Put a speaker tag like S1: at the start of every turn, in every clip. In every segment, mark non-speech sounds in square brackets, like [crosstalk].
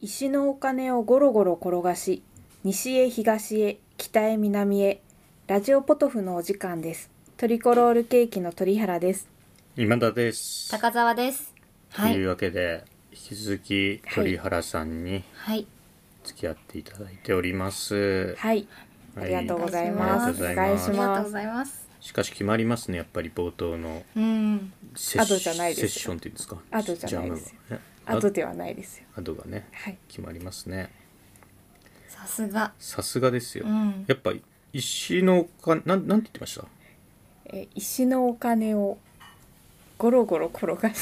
S1: 石のお金をゴロゴロ転がし、西へ東へ、北へ南へ、ラジオポトフのお時間です。トリコロールケーキの鳥原です。
S2: 今田です。
S3: 高澤です。は
S2: とい
S3: い。
S2: うわけで、引き続き鳥原さんに
S3: はい。
S2: 付き合っていただいております。
S1: はい、あ
S2: はい
S1: りがとうござい
S3: あ
S1: ま
S3: りがとう
S1: す。
S3: ご
S2: ざ
S1: お
S2: いま
S1: 願い
S2: す
S1: し
S3: ありがとう
S1: ま
S3: ご
S1: す。
S3: ざいます。
S2: しかし決まりますね、やっぱり冒頭の
S3: うん。
S2: セッシ
S1: 後じゃないです
S2: セッションっていうんですか。
S1: 後じゃないです
S2: ジャムがね
S1: あとではないですよ。
S2: あ後がね、
S1: はい。
S2: 決まりますね。
S3: さすが。
S2: さすがですよ。
S3: うん。
S2: やっぱ石のお金、なん、なんて言ってました
S1: えー石のお金をゴロゴロ転がし、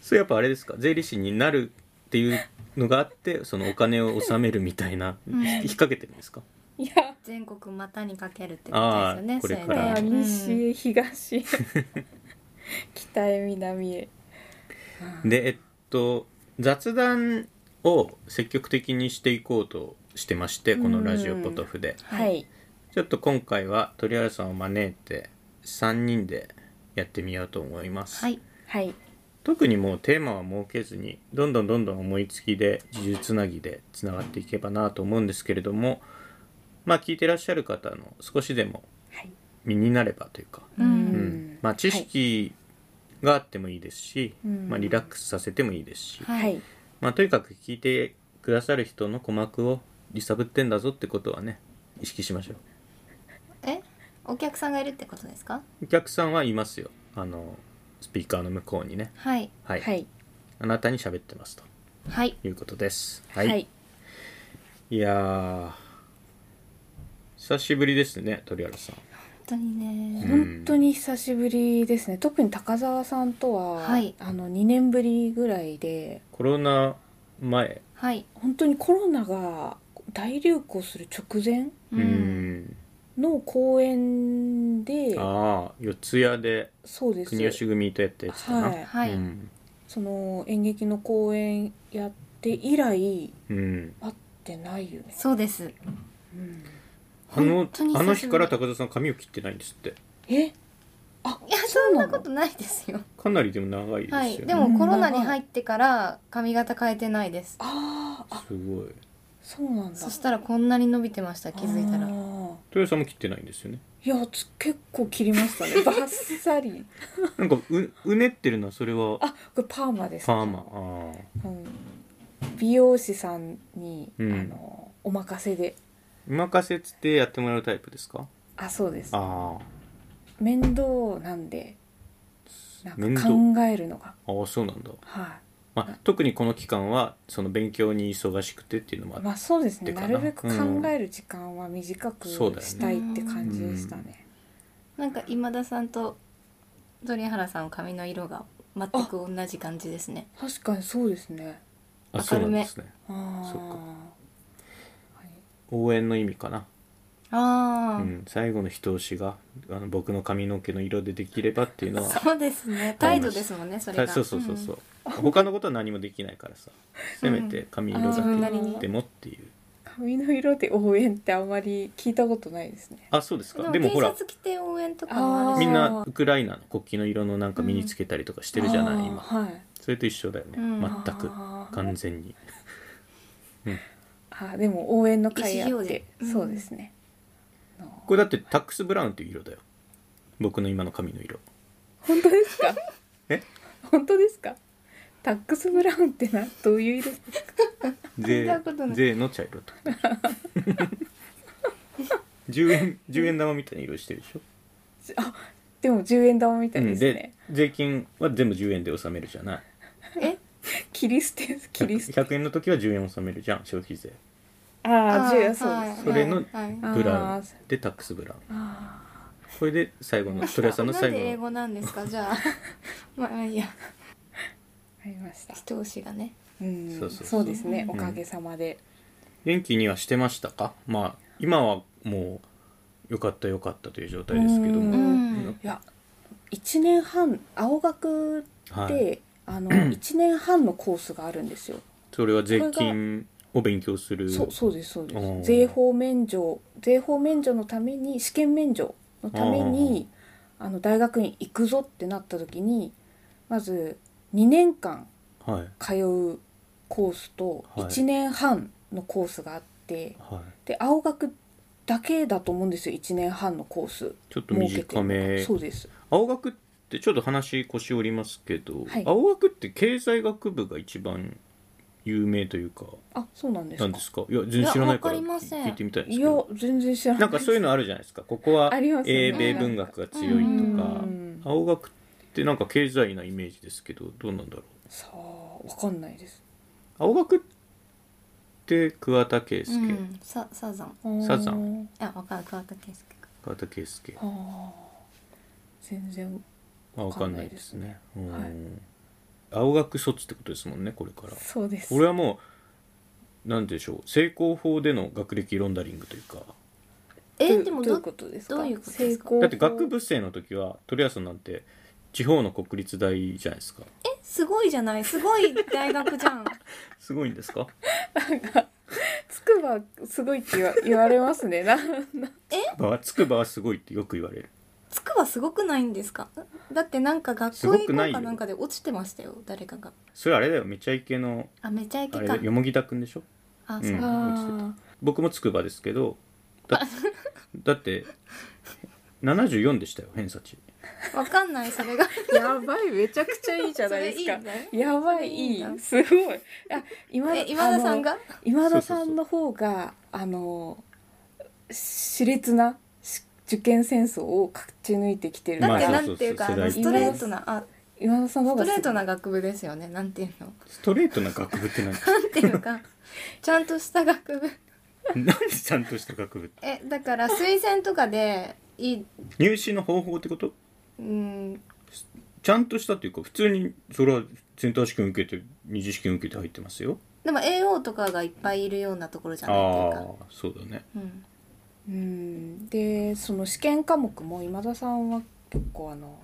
S2: それやっぱあれですか、税理士になるっていうのがあって、そのお金を納めるみたいな、
S3: うん
S2: 引っ掛けてるんですか
S1: [laughs] いや、
S3: 全国股にかけるってことですよ
S2: あ
S3: ね。
S2: ーこれ
S3: そ
S2: か
S3: で
S2: ら
S1: あー
S3: うん
S1: 西へ東
S2: [laughs]
S1: へ、北へ南へ。
S2: でえっと雑談を積極的にしていこうとしてましてこのラジオポトフで
S1: は
S3: はい。
S1: い。
S2: ちょっと今回は鳥原さんを招いて3人でやってみようと思います、
S3: はい。
S1: はい。
S2: 特にもうテーマは設けずにどんどんどんどん思いつきで呪術つなぎでつながっていけばなと思うんですけれどもまあ聞いてらっしゃる方の少しでも
S1: はい。
S2: 身になればというか、
S3: う
S2: うん
S3: ん。
S2: まあ知識があってもいいですし、
S1: うん
S2: まあ、リラックスさせてもいいですし、
S1: は
S3: はいい。
S2: まあ、とにかく聞いてくださる人の鼓膜を揺さぶってんだぞってことはね意識しましょう
S3: え、お客さんがいるってことですか？
S2: お客さんはいますよあのスピーカーの向こうにね
S3: はい。
S2: はい、
S1: はい。
S2: あなたに喋ってますと
S3: はい。
S2: いうことですは、
S1: はいい。
S2: い、やー久しぶりですね鳥原さん
S3: 本当にね。
S1: 本当に久しぶりですね特に高澤さんとは、
S3: はい
S1: あの2年ぶりぐらいで
S2: コロナ前
S3: はい。
S1: 本当にコロナが大流行する直前
S2: う。ん
S1: の公演で
S2: ああ四谷で
S1: そうです
S2: 国吉組とやったやつだな、
S1: はい
S3: はい。
S2: うん、
S1: その演劇の公演やって以来
S2: うん、
S1: 会ってないよね、
S3: そうです。
S1: うん
S2: あの
S3: 本当に久しぶり
S2: あの日から高田さん髪を切ってないんですって
S1: えあ
S3: いや
S1: そう
S3: そ
S1: なん
S3: なことないですよ。
S2: かなりでも長いですよ
S3: は
S2: ね、
S3: い。でもコロナに入ってから髪型変えてないです。
S1: あーあ
S2: すごい
S1: そうなんだ
S3: そしたらこんなに伸びてました。気づいた
S1: あ
S3: ら。
S1: ー
S2: 豊さんも切ってないんですよね
S1: いやつ結構切りましたねバッサリ
S2: [laughs] なんかううねってるのはそれは
S1: あこれパーマです
S2: パーマああ
S1: うん美容師さんに、
S2: うん
S1: あのお任せで
S2: お任せつってやってもらうタイプですか
S1: あそうです
S2: ああ
S1: 面倒なんでなん
S2: 面
S1: か
S2: 倒
S1: 考えるのが
S2: ああそうなんだ、
S1: は
S2: まあ、特にこの期間はその勉強に忙しくてっていうのもあ
S1: い
S2: っ
S1: まあそうですね
S2: って
S1: な
S2: かな
S1: るべく
S2: うん
S1: 考える時間は短く
S2: そうだよね
S1: したいって感じでしたね、
S3: なんか今田さんと鳥原さんの髪の色が全く同じ感じですね。
S1: 確かにそうですね
S2: あ
S3: 明るめ
S2: そうなんですね
S1: ああ
S2: そっか
S1: はい
S2: 応援の意味かな、
S3: あ
S2: う
S3: あ、
S2: ん、最後の一押しがあの僕の髪の毛の色でできればっていうのは
S3: [laughs] そうですね。態度ですもんね、それが。
S2: そうそうそうそう、他のことは何もできないからさせめて髪色
S1: あー
S2: だ
S3: 自分なり
S2: け
S3: に
S2: でもっていう
S1: 髪の色で応援ってあんまり聞いたことないですね
S2: あそうです
S3: うん
S2: か
S3: で
S2: で
S3: も
S2: も
S3: T
S2: ほ
S3: シ
S2: ら
S3: ャツ着て応援とかもある
S2: み
S3: し
S2: ん
S1: あー
S2: なウクライナの国旗の色のなんか身につけたりとかしてるじゃない、
S1: あー
S2: 今
S1: はい
S2: それと一緒だよね、
S3: うん
S2: 全く
S1: あー
S2: 完全に
S1: あでも応援の会
S3: 意思
S1: あっ
S3: 表
S1: て
S3: 示、うん
S1: そうですね
S2: これだってタックスブラウンっていう色だよ僕の今の髪の色
S1: 本当ですか
S2: え
S1: 本当ですかタックスブラウンってなどういう色ですか
S2: 税
S3: そんなことない
S2: 税の茶色ってことでし
S3: [laughs]
S2: ょ10円10円玉みたいな色してるでしょ、
S1: あでも10円玉みた
S2: う
S1: いで
S2: ん、
S1: すね
S2: で、税金は全部10円で納めるじゃない
S3: え、
S1: 切り捨
S2: [laughs]
S1: て切り捨て
S2: 100, 円の時は10円納めるじゃん消費税
S1: ああ10円そう
S3: はい
S1: です
S2: それの
S3: はい
S1: あー
S2: ブラウンでタックスブラウン
S1: あ
S2: これで最後のトレさんの
S3: なん
S2: 最
S3: で英
S2: 後の
S3: 語なんですか、じゃあ。 [laughs] まあいいや、
S1: ーありました
S3: 一押しがね。
S1: うん
S2: そ
S1: そうう
S2: そうそう
S1: ですね
S3: うん
S1: おかげさまで、
S2: 元気にはしてましたかまあ今はもうよかったよかったという状態ですけど
S1: う
S3: う
S2: も、
S3: ん。
S1: いや1年半青学
S2: は
S1: で、
S2: い、
S1: あの1年半のコースがあるんですよ
S2: それは税金を勉強する
S1: そうそうですそうで
S2: おー
S1: す税法免除税法免除のために試験免除のためにあの大学に行くぞってなった時にまず2年間
S2: はい
S1: 通うコースと
S2: はい
S1: 1年半のコースがあって、
S2: は
S1: で青学だけだと思うんですよ1年半のコース
S2: い、ちょっと短め
S1: そうです
S2: 青学ってちょっと話腰折りますけど、
S1: はい
S2: 青学って経済学部が一番有名というか
S1: あそうなんです
S2: な
S1: か
S2: んですかいや全然知らないから
S3: いやわかりません
S2: 聞いてみたいんで
S1: い
S2: すけ
S1: や
S2: ど
S1: 全然知らな
S2: ないんかそういうのあるじゃないですかここは
S1: ありますね
S2: 英米文学が強いとか
S1: うん
S2: 青学ってなんか経済なイメージですけどどうなんだろう
S1: さあわかんないです
S2: 青学って桑田佳
S3: う
S2: 祐、
S3: ん、さサザン
S1: あー
S2: サザン
S3: あわかる桑田佳祐か
S2: 桑田佳祐
S1: あー全然
S2: あわ
S1: わ
S2: か
S1: か
S2: ん
S1: ん
S2: な
S1: ないい
S2: で
S1: ですす
S2: ね
S1: ね、
S2: うん
S1: はい
S2: 青学卒ってことですもんねこれから
S1: そうです
S2: これはもう何でしょう成功法での学歴ロンダリングというか
S1: ど
S3: え
S1: う
S3: で
S1: ど
S3: も
S1: うい
S3: ど
S1: うことですか
S3: どういうことですか
S1: 成功法
S2: だって学部生の時は鳥谷さんなんて地方の国立大じゃないですか
S3: えすごいじゃないすごい大学じゃ [laughs] ん
S2: すごいんです [laughs] か
S1: つくばすごいって言わ言われます
S3: [laughs]
S1: ねな
S2: まあ筑波はすごいってよく言われる
S3: つくばすごくないんですかだってなんか学
S2: す
S3: 校
S2: ご
S3: 行
S2: く
S3: こう
S2: ないよ
S3: かなんかで落ちてましたよ誰かが
S2: それあれだよめちゃイケの
S3: あめちゃイ
S2: あ
S3: ケ
S2: れ
S3: か
S2: よもぎたくんでしょ
S3: あそう、
S2: うん
S3: あ
S1: あ
S2: 僕も筑波ですけど
S1: [laughs]
S2: だだって74でしたよ偏差値
S3: わかんないそれが
S1: ーやばいめちゃくちゃいいじゃ
S3: そ
S1: ない
S3: れ
S1: で
S3: いい
S1: す
S3: ん
S1: か
S3: だね
S1: やば
S3: それ
S1: い
S3: い
S1: い
S3: いない
S1: すごいあ今
S3: え今田さん
S1: あの
S3: が
S1: 今田さんの方があの熾烈なし受験戦争を勝ち抜いてきてる
S2: ま
S3: だ
S2: あ
S3: って
S2: そう
S3: なんていうか、
S2: そ
S3: あ
S2: う
S3: の
S2: 世
S3: ス
S1: 代
S3: トレートなあ
S1: 今田さんの方
S3: ス
S1: が
S3: ト
S1: す
S3: レ
S1: ごい
S3: ートな学部ですよねなんていうの
S2: ストレートな学部って何
S1: [laughs]
S3: なんていうかちゃんとした学部
S2: 何ちゃんとした学部って
S3: えだから推薦とかでいい
S2: 入試の方法ってこと
S3: うん
S2: ちゃんとしたっていうか普通にそれはセンター試験受けて二次試験受けて入ってますよ
S3: でも AO とかがいっぱいいるようなところじゃ
S2: ああ
S3: ないっていうか
S2: ーそうだね
S3: うん
S1: うんでその試験科目も今田さんは結構あの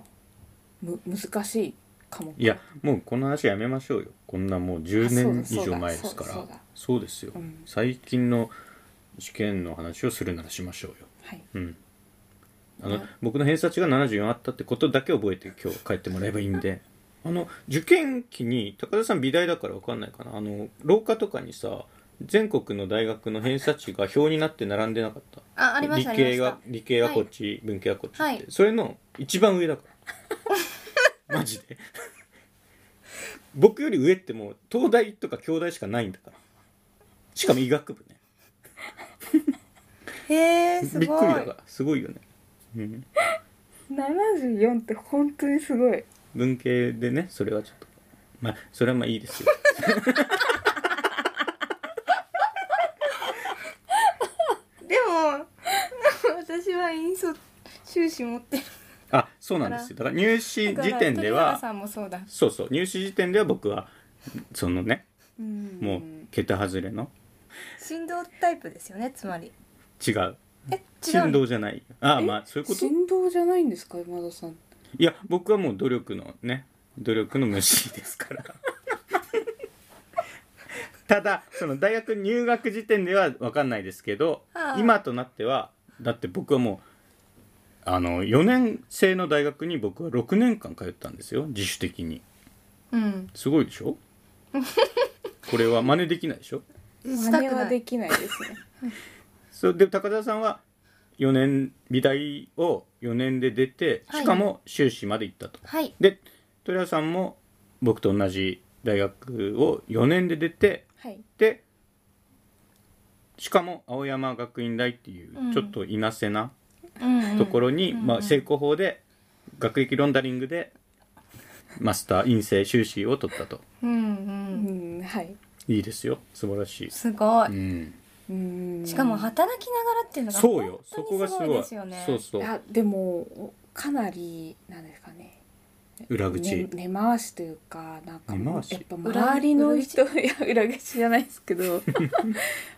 S1: む難しい科目
S2: いやもうこの話やめましょうよこんなもう10年以上前ですから
S1: あ
S2: そ
S1: そううだそうだそうだ
S2: ですよ、
S1: うん
S2: 最近の試験の話をするならしましょうよ
S1: はい
S2: うんあの、
S1: はい
S2: 僕の偏差値が74あったってことだけ覚えて今日帰ってもらえばいいん
S3: [laughs]
S2: であの受験期に高田さん美大だから分かんないかなあの廊下とかにさ全国の大学の偏差値が表になって並んでなかった
S3: あありましたあ
S2: 理
S3: りま
S2: 系
S3: し
S2: が
S3: た
S2: 理系はこっち、文系はこっちって、
S3: はい
S2: それの一番上だから
S3: [laughs]
S2: マジで僕より上ってもう東大とか京大しかないんだからしかも医学部ね
S3: へえす
S2: びっ
S3: ご
S2: く
S3: い
S2: りだからすごいよね、うん、
S1: 74って本当にすごい
S2: 文系でねそれはちょっとまあそれはまあいい [laughs] ですよ
S3: でも [laughs] 私は引率修士持ってる
S2: あそうなんですよだから入試時点で
S3: だから鳥肌
S2: は
S3: さんもそうだ
S2: そうそう入試時点では僕はそのね
S1: うん
S2: もう桁外れの
S3: 振動タイプですよねつまり
S2: 違う
S3: え違う
S2: 振動じゃないああまあそういうこと
S1: 振動じゃないんですか今田さん
S2: いや僕はもう努力のね努力の虫ですから
S3: [laughs]
S2: ただその大学入学時点では分かんないですけど、
S3: ああ
S2: 今となってはだって僕はもうあの4年生の大学に僕は6年間通ったんですよ自主的に
S3: うん
S2: すごいでし
S3: [laughs]
S2: ょこれは真似できないでしょ
S3: した
S1: 真似
S3: く
S1: は
S3: な
S1: で
S3: い
S1: きないです
S3: [laughs]
S1: ね
S2: それで高田さんは4年美大を4年で出て
S3: はい
S2: しかも修士まで行ったと、
S3: はい
S2: で鳥谷さんも僕と同じ大学を4年で出て
S1: はい
S2: でしかも青山学院大っていう
S3: うん
S2: ちょっといなせな
S3: うんうん
S2: ところに、
S3: うん
S2: ま
S3: う
S2: あ、
S3: ん
S2: 成功法で学歴ロンダリングでマスター院生修士を取ったと
S3: うん
S1: う
S3: うん
S1: んはい
S2: いいですよ素晴らしい、
S3: すご
S2: う
S3: い
S2: ん、
S1: うん
S3: しかも働きながらっていうのが
S2: そうよそこ
S3: 本
S2: がす
S3: 当にす
S2: ご
S3: ご
S2: い
S3: いですよね
S2: そうそう
S1: あでもかなりなんですかね
S2: 裏口、
S1: ね根回しというかなんか
S2: 根
S1: も
S2: 回
S1: う
S2: し
S1: やっぱ周りの人いや裏口じゃないですけ
S2: [laughs]
S1: ど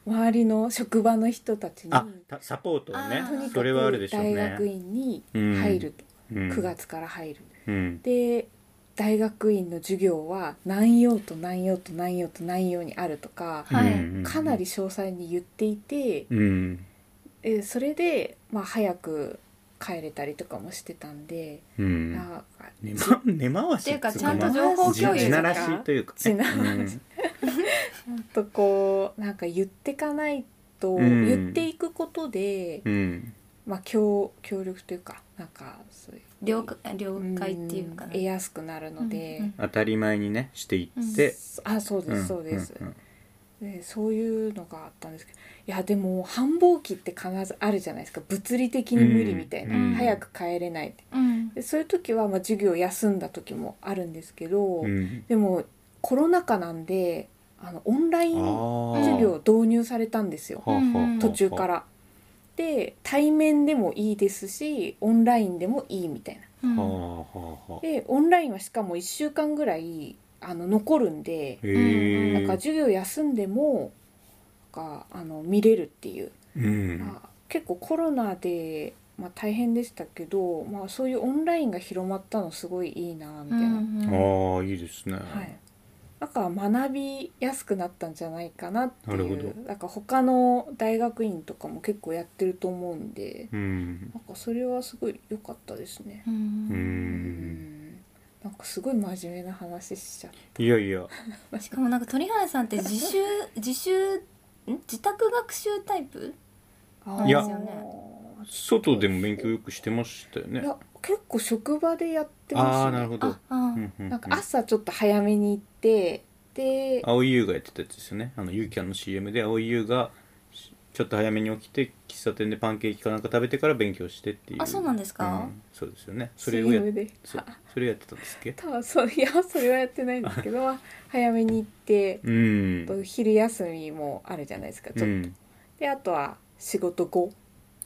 S1: 周りの職場の人たちに
S2: あたサポートをね
S3: あ
S1: とにか
S2: それはある
S1: く
S2: でしょうね
S1: 大学院に入ると、
S2: うん
S1: 9月から入る
S2: うん、
S1: で大学院の授業は何曜と何曜と何曜と何曜にあるとか、
S3: はい
S2: うん
S1: かなり詳細に言っていて、
S2: うん
S1: えそれで、まあ、早く帰れたりとかもしてたんで、
S2: うん
S1: なんか
S2: [laughs] 根回根回し
S3: っていうか
S2: つ
S3: ちゃんと
S2: まあ
S3: 情報
S2: じ
S3: 共有
S2: 地
S3: と
S2: な
S1: なら
S2: らし
S1: し
S2: というか、
S1: 地ならし
S2: うん
S1: ほんとこうなんか言ってかないと、
S2: うん
S1: 言っていくことで、
S2: うん
S1: まあ協協力というかなんかそういう
S3: 了解了解っていうか
S1: ん
S3: な
S1: 得やすくなるので、
S3: うん
S2: 当たり前にねしていって、
S1: あそう
S2: う
S1: で
S2: ん
S1: すそうです、
S2: んん
S1: でそういうのがあったんですけどいやでも繁忙期って必ずあるじゃないですか物理的に無理みたいな、
S3: うん
S1: 早く帰れないって
S3: うん
S1: でそういう時は、まあ、授業休んだ時もあるんですけど、
S2: うん
S1: でもコロナ禍なんであのオンライ
S2: あ
S1: ン
S2: ー
S1: 授業導入されたんですよ
S2: はあはあはあ
S1: 途中から。で対面でもいいですしオンラインでもいいみたいな。
S3: うん
S2: はあはあはあ
S1: でオンラインはしかも1週間ぐらいあの残るんで
S2: へえ
S1: なんか授業休んでもなんかあの見れるっていう、
S2: うん
S1: まあ結構コロナで、まあ、大変でしたけど、まあ、そういうオンラインが広まったのすごいいいなみたいな、
S2: あーいいですね、
S1: はい、だから学びやすくなったんじゃないかなってい
S2: なるほ
S1: うなんか他の大学院とかも結構やってると思うんで
S2: うん
S1: なんかそれはすごい良かったですね。
S3: う
S2: うんん
S1: なんかすごい真面目な話しちゃっ
S2: いやいや
S3: しかもなんか鳥原さんって自習自習ん自宅学習タイプ
S1: た
S2: いや
S1: あー
S2: 外でも勉強よくしてましたよね
S1: いや結構職場でやってます
S2: ああー
S1: ね
S2: なるほど
S3: ああ
S2: うんうんうん
S1: なんか朝ちょっと早めに行ってで
S2: 青井優がやってたやつですよねあのユーキャンの CM で青井優がしちょっと早めに起きて喫茶店でパンケーキかなんか食べてから勉強してっていう
S3: あそうなんですか
S2: うんそうですよねそれをや
S1: CM で
S2: そうそれやってたんですっけ
S1: ただそういやそれはやってないんですけど
S2: [laughs]
S1: まあ早めに行って
S2: うん
S1: と昼休みもあるじゃないですかちょっ
S2: う
S1: と、
S2: ん
S1: であとは仕事後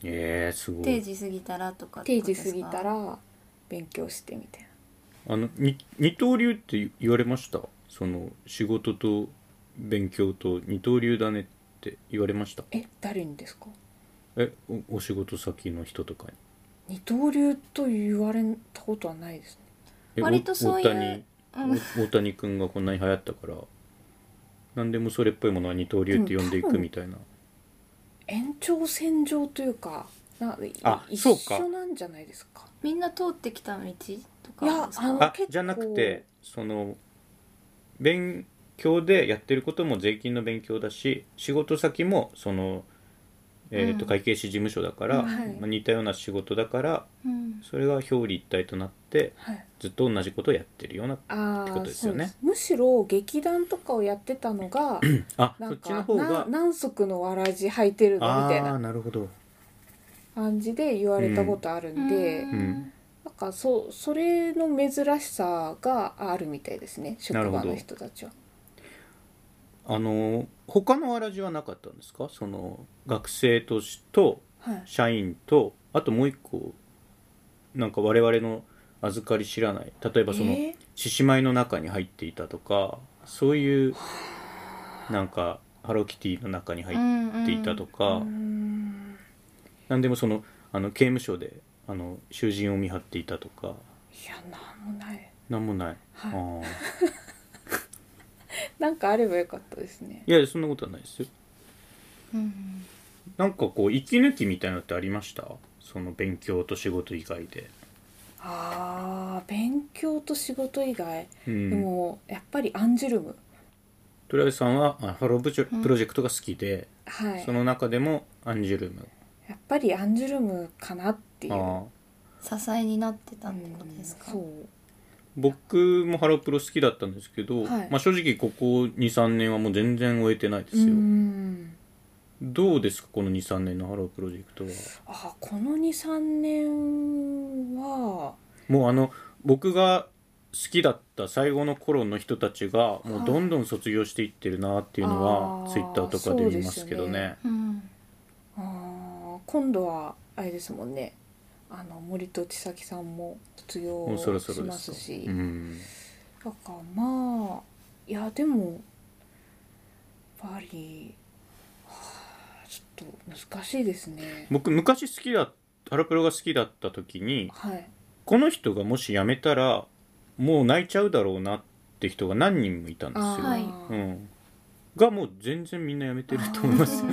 S2: えー、すご
S3: 定
S2: い
S3: 時過ぎたらとかっ
S1: 定
S3: てこと
S1: 時
S3: です
S1: 過
S3: か
S1: ぎたら勉強してみたいな
S2: あのに二刀流って言われましたその仕事と勉強と二刀流だねって言われました
S1: え誰にですか
S2: えおお仕事先の人とかに
S1: 二刀流と言われたことはないですね
S2: え
S3: 割とそういう
S2: 大谷
S3: うん
S2: お大谷君がこんなに流行ったから何でもそれっぽいものは二刀流って呼んでいくみたいな
S1: 延長線上というかない
S2: あ
S1: 一
S2: そうか
S1: 緒なんじゃないですか
S3: みんな通ってきた道とか
S1: いや
S3: です
S1: あ
S3: か
S1: の
S2: あ
S1: 結構
S2: じゃなくてその勉強でやってることも税金の勉強だし仕事先もその、えーと
S3: うん
S2: 会計士事務所だから、
S1: はい
S2: まあ似たような仕事だから
S3: うん
S2: それが表裏一体となって
S1: はい
S2: ずっと同じことをやってるような
S1: あ
S2: て
S1: あ
S2: ことですよね
S1: むしろ劇団とかをやってたの
S2: [clears throat]
S1: が
S2: あ
S1: な
S2: そ
S1: ん
S2: っちの
S1: か
S2: 方
S1: な
S2: が
S1: 何足のわらじ履いてるのみたい
S2: あー
S1: な
S2: なるほど
S1: 感じで言われたことあるんで、
S2: ん
S1: なんかそうそれの珍しさがあるみたいですね職
S2: なる
S1: 場
S2: ほど
S1: の人たちは。
S2: あの他のわらじはなかったんですかその学生としと
S1: はい、
S2: 社員とあともう一個なんか我々の預かり知らない例えばその
S1: えー
S2: 獅子舞の中に入っていたとかそういうなんかハローキティの中に入っていたとか、
S1: うーん
S2: なんでもそのあの刑務所であの囚人を見張っていたと
S1: い
S2: か
S1: やなんもない [laughs]
S2: なんもない、
S1: はい
S2: あ
S1: なんかあればよかったですね。
S2: あいやそんなことはないですよ
S3: うん
S2: なんかこう息抜きみたいなのってありましたその勉強と仕事以外で、
S1: あー勉強と仕事以外、
S2: うん、
S1: でもやっぱりアンジュルム
S2: トライさんはあハロープチョプロジェクトが好きで、
S1: はい
S2: その中でもアンジュルム
S1: やっぱりアンジュルムかなっていう。
S2: ああ
S3: 支えになってたってことですか
S1: うん
S2: 僕もハロプロ好きだったんですけど、
S1: はい
S2: まあ、正直ここ23年はもう全然終えてないで
S1: そう
S2: すよ、
S1: うん
S2: どうですかこの23年のハロープロジェクトは
S1: あこの23年は
S2: もうあの僕が好きだった最後の頃の人たちがもうどんどん卒業していってるなっていうのは、
S1: あー
S2: ツイッターとかで見ますけど
S1: そうですよ
S2: ね
S3: うん
S1: あー今度はあれですもんねあの森戸千咲さんも卒
S2: も
S1: 業
S2: うそろそ
S1: し
S2: ろで
S1: ます
S2: す
S1: し
S2: ようん
S1: だからまあいやでもやっぱりはあちょっと難しいですね。
S2: 僕昔好きだハロプロが好きだった時に
S1: はい、
S2: この人がもし辞めたらもう泣いちゃうだろうなって人が何人もいたんですよ、
S1: あー
S3: はいう
S2: ん、がもう全然みんなやめてると思います。
S1: [laughs]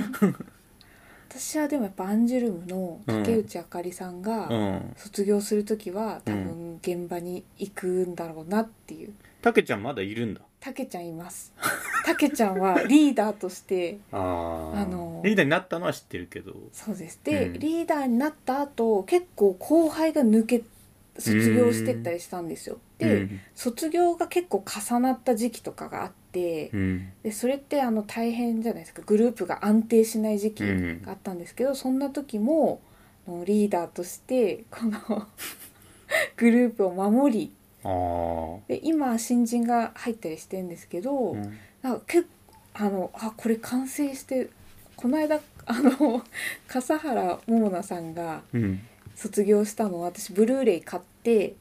S1: 私はでもやっぱアンジュルムの竹内あかりさんが、
S2: うん、
S1: 卒業する時は多分現場に行くんだろうなっていう、
S2: たけちゃんまだいるんだ
S1: たけちゃんいます。 [laughs] たけちゃんはリーダーとして、
S2: あー
S1: あのー
S2: リーダーになったのは知ってるけど
S1: そうです。で、
S2: うん
S1: リーダーになった後、結構後輩が抜け、卒業してったりしたんですよ。で、卒業が結構重なった時期とかがあって、
S2: うんうん
S1: でそれってあの大変じゃないですかグループが安定しない時期
S2: うん
S1: があったんですけど、そんな時もあのリーダーとしてこの [laughs] グループを守り
S2: あー
S1: で今新人が入ったりしてるんですけど、
S2: うん
S1: なんかけあのあこれ完成してこの間 [laughs] あの笠原桃奈さんが
S2: うん
S1: 卒業したのを私ブルーレイ買って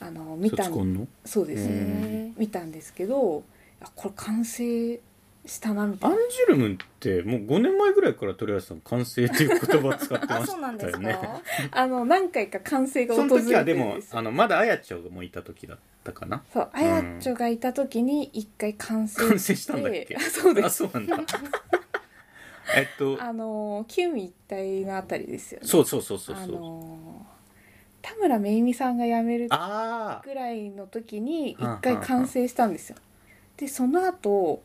S1: あの見た
S2: 卒
S1: ん
S2: コンの
S1: そうです
S2: う
S1: ね
S2: ん
S1: 見たんですけどあこれ完成したなみた
S2: ア
S1: い
S2: ン
S1: な。
S2: ジュルムンってもう5年前ぐらいから鳥橋さん完成っていう言葉使ってま
S3: [laughs] あ、
S2: し
S3: そうなん
S2: た
S3: です
S2: よ
S3: か。
S2: ね [laughs]
S1: あの何回か完成が
S2: そ
S1: 訪
S2: の
S1: れ
S2: 時は
S1: てる
S2: で
S1: ん
S2: も
S1: ですよ
S2: あのまだあやちょがもういた時だったかな
S1: そうあやっちょがいた時に一回完成して、
S2: 完成したんだっけ
S1: あそうで
S2: あ
S1: す
S2: そう [laughs] なんだえっと
S1: あのキュウミ一体のあたりですよね
S2: そうそうそうそう
S1: あ
S2: そう
S1: の田村めいみさんが辞める
S2: あ
S1: ぐらいの時に
S2: はあはあ
S1: 一回完成したんですよでその後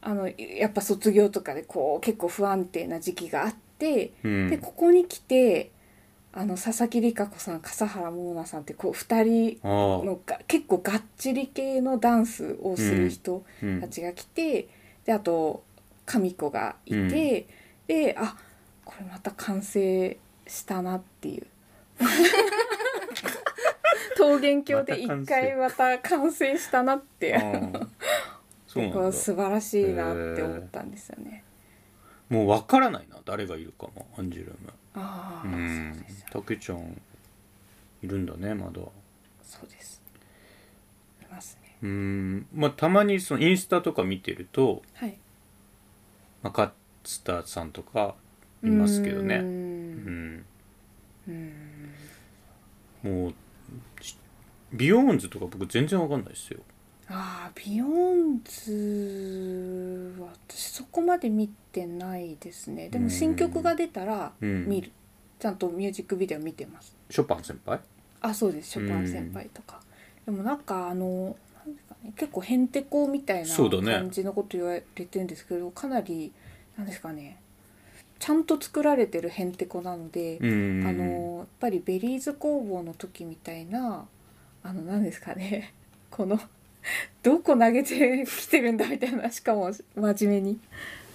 S1: あのやっぱ卒業とかでこう結構不安定な時期があって
S2: あうん
S1: でここに来てあの佐々木里香子さん笠原桃奈さんってこう2人
S2: あー
S1: のが結構がっちり系のダンスをする人
S2: うん
S1: たちが来て、であと神子がいて、であこれまた完成したなって
S2: [laughs]
S1: いう桃源郷で一回また完成したなっ
S2: あ
S1: て
S2: ーそう
S1: こ
S2: なん
S1: う
S2: だ
S1: 素晴らしいなって思ったんですよね。
S2: もうわからないな誰がいるかもアンジュルム
S1: ああ、
S2: うん
S1: そうですよ
S2: たけちゃんいるんだねまだ
S1: そうです。いますね。
S2: うんまあたまにそのインスタとか見てると、
S1: はい。
S2: まあ、勝田さんとかいますけど
S1: うー
S2: ね
S1: ん。
S2: うん
S1: うーん
S2: もうしビヨーンズとか僕全然わかんないですよ
S1: ああビヨンズは私そこまで見てないですねで
S2: う
S1: も
S2: ん
S1: 新曲が出たら
S2: うん
S1: 見る、ちゃんとミュージックビデオ見てます
S2: ショパン先輩
S1: あそうですショパン先輩とか、でもなんかあのなんですか、ね、結構へんてこみたいな
S2: そうだね
S1: 感じのこと言われてるんですけど、かなりなんですかねちゃんと作られてるへんてこなので、
S2: うん
S1: あのやっぱりベリーズ工房の時みたいなあの何ですかね [laughs] このどこ投げてきてるんだみたいなしかも真面目に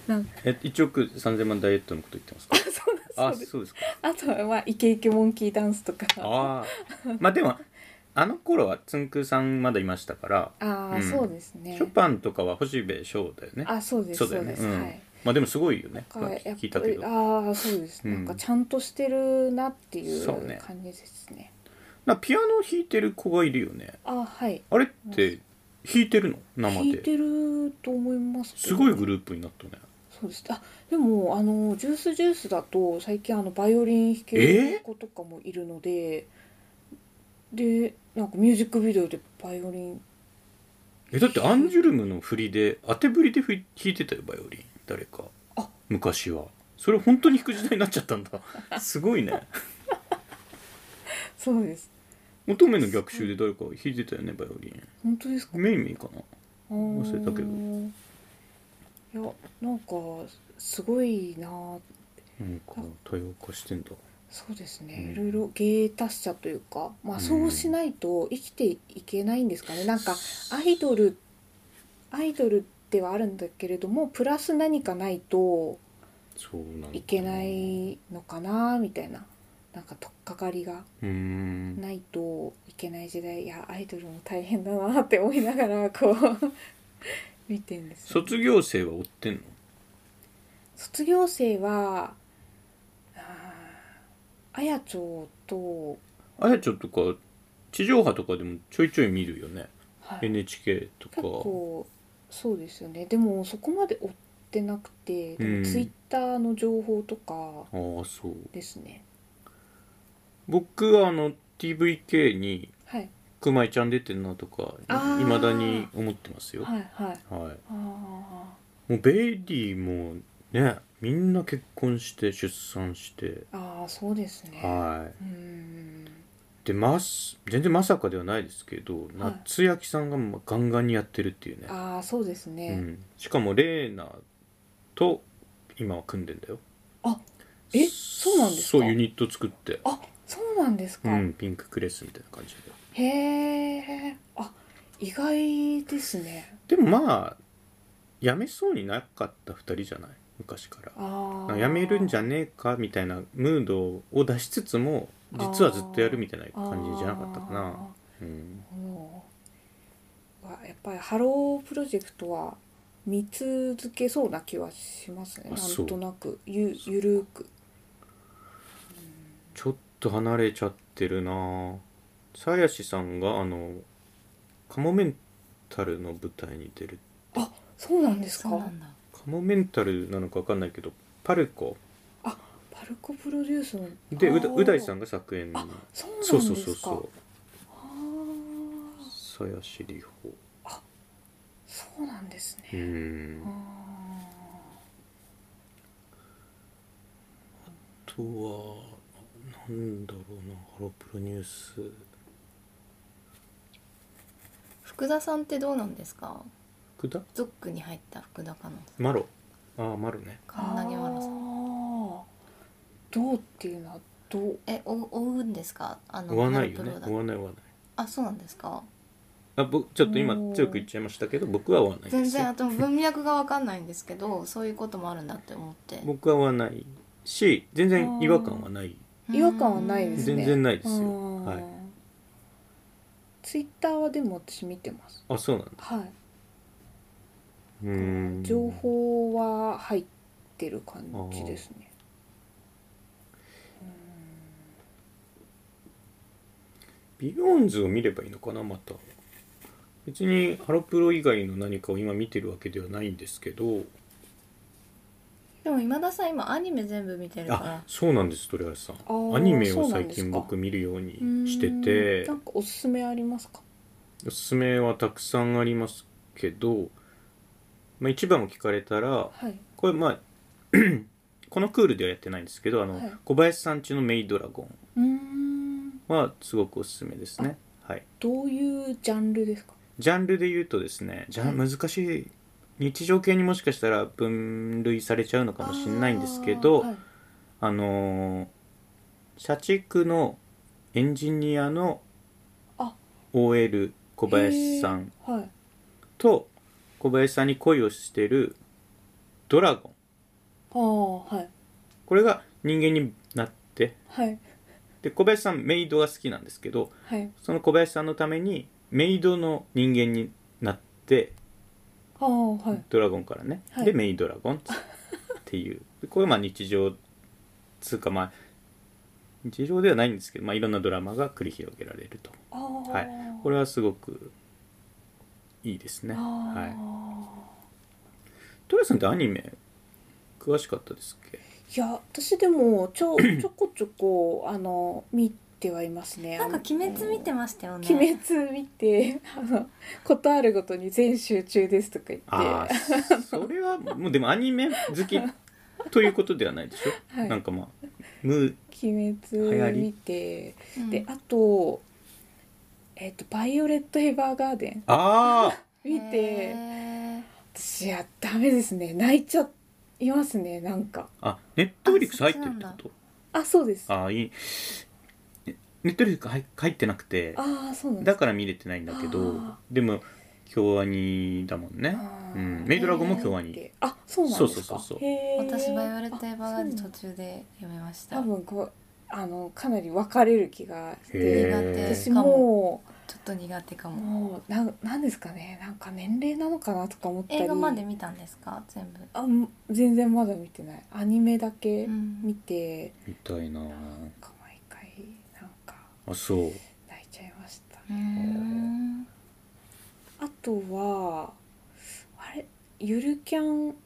S1: なんか
S2: え1億3000万ダイエットのこと言ってます
S1: [laughs]
S2: か
S1: そう
S2: あ
S1: です
S2: そうですか
S1: あとはまあイケイケモンキーダンスとかあ
S2: ああまあでもあの頃はつんく♂さんまだいましたから、
S1: あー、
S2: うん
S1: そうですね
S2: ショパンとかは星部翔だよね
S1: あそうです
S2: そ
S1: そう
S2: だよ
S1: う
S2: ね
S1: です、
S2: うん
S1: はい
S2: まあでもすごいよね、まあ
S1: やっぱり
S2: 聞いたけど
S1: ああそうです、
S2: うん
S1: なんかちゃんとしてるなっていう
S2: そうね
S1: 感じですね
S2: なんかピアノ弾いてる子がいるよね
S1: ああはい
S2: あれって弾いてるの
S1: 聞
S2: 生
S1: い
S2: で
S1: てると思いますけ
S2: す
S1: ど
S2: ごいグループになったね
S1: そうですあでもあのジュースジュースだと最近あのバイオリン弾ける子とかもいるので、でなんかミュージックビデオでバイオリン
S2: えだってアンジュルムの振りで当て振りでふい弾いてたよバイオリン誰か
S1: あ
S2: 昔はそれ本当に弾く時代になっちゃったんだすごいね
S1: そうです
S2: 乙女の逆襲で誰か弾いてたよねバイオリン
S1: 本当ですか
S2: メイメイかな忘れたけど
S1: どいやなんかすごいな
S2: なんか多様化してんだ
S1: そうですね、
S2: う
S1: い
S2: ん
S1: ろいろ芸達者というかまあそうしないと生きていけないんですかね、なんかアイドルアイドルではあるんだけれどもプラス何かないと
S2: そうなのか
S1: いけないのかなみたいななんか取っかかりが
S2: うーん
S1: ないといけない時代いやアイドルも大変だなって思いながらこう [laughs] 見てんですよ
S2: 卒業生は追ってんの
S1: 卒業生はあーあやちょうと、
S2: あやちょとか地上波とかでもちょいちょい見るよね
S1: はい、結
S2: NHK とか
S1: 構そうですよねでもそこまで追ってなくてで
S2: うん
S1: もツイッターの情報とか
S2: ああそう
S1: ですね、
S2: 僕はあの TVK に
S1: はい
S2: くまいちゃん出てんなとか
S1: あー
S2: いまだに思ってますよは
S1: はいはい
S2: い
S1: ああ
S2: もうベイディもねみんな結婚して出産して
S1: ああそうですね
S2: は
S1: うーん
S2: いでます全然まさかではないですけど、
S1: はい
S2: 夏焼さんがまガンガンにやってるっていうね、
S1: ああそうです
S2: う
S1: ね、
S2: ん、しかもレーナと今は組んでんだよ
S1: あえそうなんですか
S2: そうユニット作って
S1: あそうなんです
S2: う
S1: か、
S2: ん、ピンククレスみたいな感じで
S1: へえあ意外ですね
S2: でもまあ辞めそうになかった2人じゃない昔から
S1: ああ
S2: 辞めるんじゃ
S1: ん
S2: ねえかみたいなムードを出しつつも実はずっとやるみたいな感じじゃなかったかな、うん、
S1: もうわやっぱりハロープロジェクトは見続けそうな気はしますね
S2: あ
S1: な
S2: そうん
S1: となくゆゆるーく
S2: ちょっと離れちゃってるなさやしさんがあのカモメンタルの舞台に出る
S1: あそうなんです
S3: そう
S1: か
S3: なんだ
S2: カモメンタルなのか分かんないけどパルコ
S1: パルコプロデュースの
S2: でうだうだいさん
S1: が
S2: が作演
S1: あそうなんです
S2: そ
S1: か
S2: うそうそうそう
S1: あー
S2: さやしりほ
S1: そうなんです
S2: う
S1: ね、
S2: ん
S1: あ
S2: あとはなんだろうなハロプロニュース
S3: 福田さんってどうなんですか
S2: 福田
S3: ゾックに入った福田かな
S2: マロああマロね
S1: ー
S3: 神投げ原さ
S1: あ
S3: ん
S1: ーどうっていうのはどう
S3: えお追うんですかあの
S2: 追わないよね
S3: ハロプ
S2: 追
S3: ロだ
S2: わない追わない
S3: あそうなんですか
S2: あ僕ちょっと今
S1: おー
S2: 強く言っちゃいましたけど僕は追わない
S3: 全
S2: です
S3: 然
S2: よ
S3: あと文脈がわかんないんですけどそういうこともあるんだって思って
S2: 僕は追わないし全然違和感はない
S1: 違和感はないですね
S2: 全然ないです
S1: あ
S2: よ
S1: ー
S2: はい
S1: ツイッターはでも私見てます
S2: あそうなんだ
S1: はい、
S2: うーん
S1: 情報は入ってる感じですね
S2: ビヨーンズを見ればいいのかなまた別にハロプロ以外の何かを今見てるわけではないんですけど
S3: でも今田さん今アニメ全部見てる
S2: あ
S3: か
S2: そうなんです鳥橋さ
S1: あー
S2: んアニメを
S1: そうなん
S2: 最
S1: ですか
S2: 近僕見るように
S1: うん
S2: してて
S1: なんかおすすめありますか
S2: おすすめはたくさんありますけど、まあ、一番を聞かれたら
S1: はい
S2: これまあ [clears throat] このクールではやってないんですけどあの、
S1: はい
S2: 小林さんちのメイドラゴ
S1: うーん
S2: ンはすごくおすすめですねはい
S1: どういうジャンルですか
S2: ジャンルで言うとですねじゃ
S1: はい
S2: 難しい日常系にもしかしたら分類されちゃうのかもしれないんですけどあ,、
S1: あーはい
S2: のー社畜のエンジニアの
S1: あ
S2: OL 小林さん
S1: へーはい
S2: と小林さんに恋をしてるドラゴン
S1: ああはい
S2: これが人間になって
S1: はい
S2: で小林さんメイドが好きなんですけど
S1: はい
S2: その小林さんのためにメイドの人間になって
S1: ああはい
S2: ドラゴンからね、
S1: はい
S2: でメインドラゴンっていうでこれまあ日常つうかまあ日常ではないんですけど、まあ、いろんなドラマが繰り広げられると
S1: ああ
S2: はいこれはすごくいいですねはい
S1: は
S2: トラさんってアニメ詳しかったですっけ
S1: いいや私でもち
S2: [clears throat]
S1: ょちょこちょこあの見てはいますね
S3: らなんか
S1: あの
S3: 鬼滅見てましたよね
S1: 鬼滅見てあのことあるごとに全集中ですとか言って
S2: ああそれはもうでもアニメ好きということではないでしょ、
S1: はい
S2: なんかまあむ
S1: 鬼
S2: 流行
S1: 滅
S2: り
S1: 見て
S3: うん
S1: であとえっ、と「バイオレット・エヴァーガーデン
S2: ああ」
S1: 見て
S3: へー
S1: 私はダメですね泣いちゃいますねなんか
S2: あネットフリックス入ってるって
S3: あそっちなん
S2: こ
S3: だ
S2: と
S1: あそうですあ
S2: ああいいねネットフリックス入入ってなくて
S1: あそうなんで
S2: だ
S1: す
S2: から見れてないんだけど
S1: あ
S2: でも京アニだもんね
S1: あー
S2: うんメイドラゴンも京アニ
S1: 見てあそうなんですか
S2: そうそうそうそう
S1: へー
S3: 私バイオレットエヴァーガーデン
S1: あそう
S3: 途
S1: なんだ
S3: 中で読めました
S1: 多分こうあのかなり分かれる気がし
S2: へ
S1: て
S3: 苦
S2: ー
S1: 私
S3: 手かも
S1: もう
S3: ちょっと苦手かも
S1: もうなんなんですかねなんか年齢なのかなとか思ったり
S3: 映画まで見たんですか全部
S1: あん全然まだ見てないアニメだけ
S3: うん
S1: 見て、
S2: みたいな
S1: なんか毎回なんか
S2: あそう
S1: 泣いちゃいました
S3: うーん
S1: あとはあれゆるキャン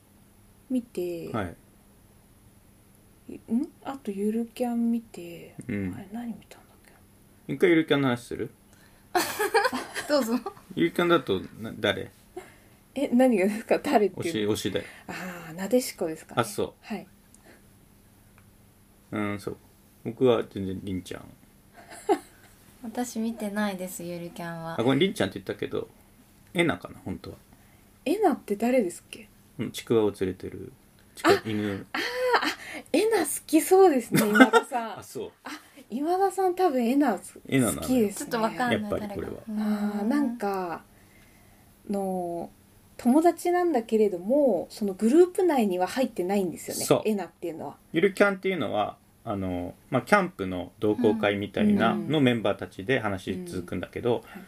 S1: 見て、
S2: はい
S1: んあとゆるキャン見て、
S2: う
S1: あ
S2: ん
S1: れ何見たんだっけ
S2: 一回ゆるキャンの話する
S3: どうぞ
S2: ゆるキャンだとな誰
S1: え何がですか誰って
S2: 推し
S1: いう
S2: 推しだよ
S1: ああなでしこですかね
S2: あそう
S1: はい
S2: うんそう僕は全然りんちゃん
S3: 私見てないですゆるキャンは
S2: あごめんりんちゃんって言ったけどえなかな本当は、
S1: エナって誰ですっけ
S2: うん、ちくわを連れてるちくわ犬
S1: エナ好きそうですね今田さん
S2: [laughs] あそう
S1: 今田さん多分エナ好
S2: エナなの
S1: きですね
S3: ちょっとわかんない
S2: やっぱりこれは
S3: 誰か
S1: あーなんかの友達なんだけれどもそのグループ内には入ってないんです
S2: そう
S1: よねエナっていうのは
S2: ゆるキャンっていうのはあの、まあ、キャンプの同好会みたいな
S1: うん
S2: のメンバーたちで話し続くんだけど、
S1: はい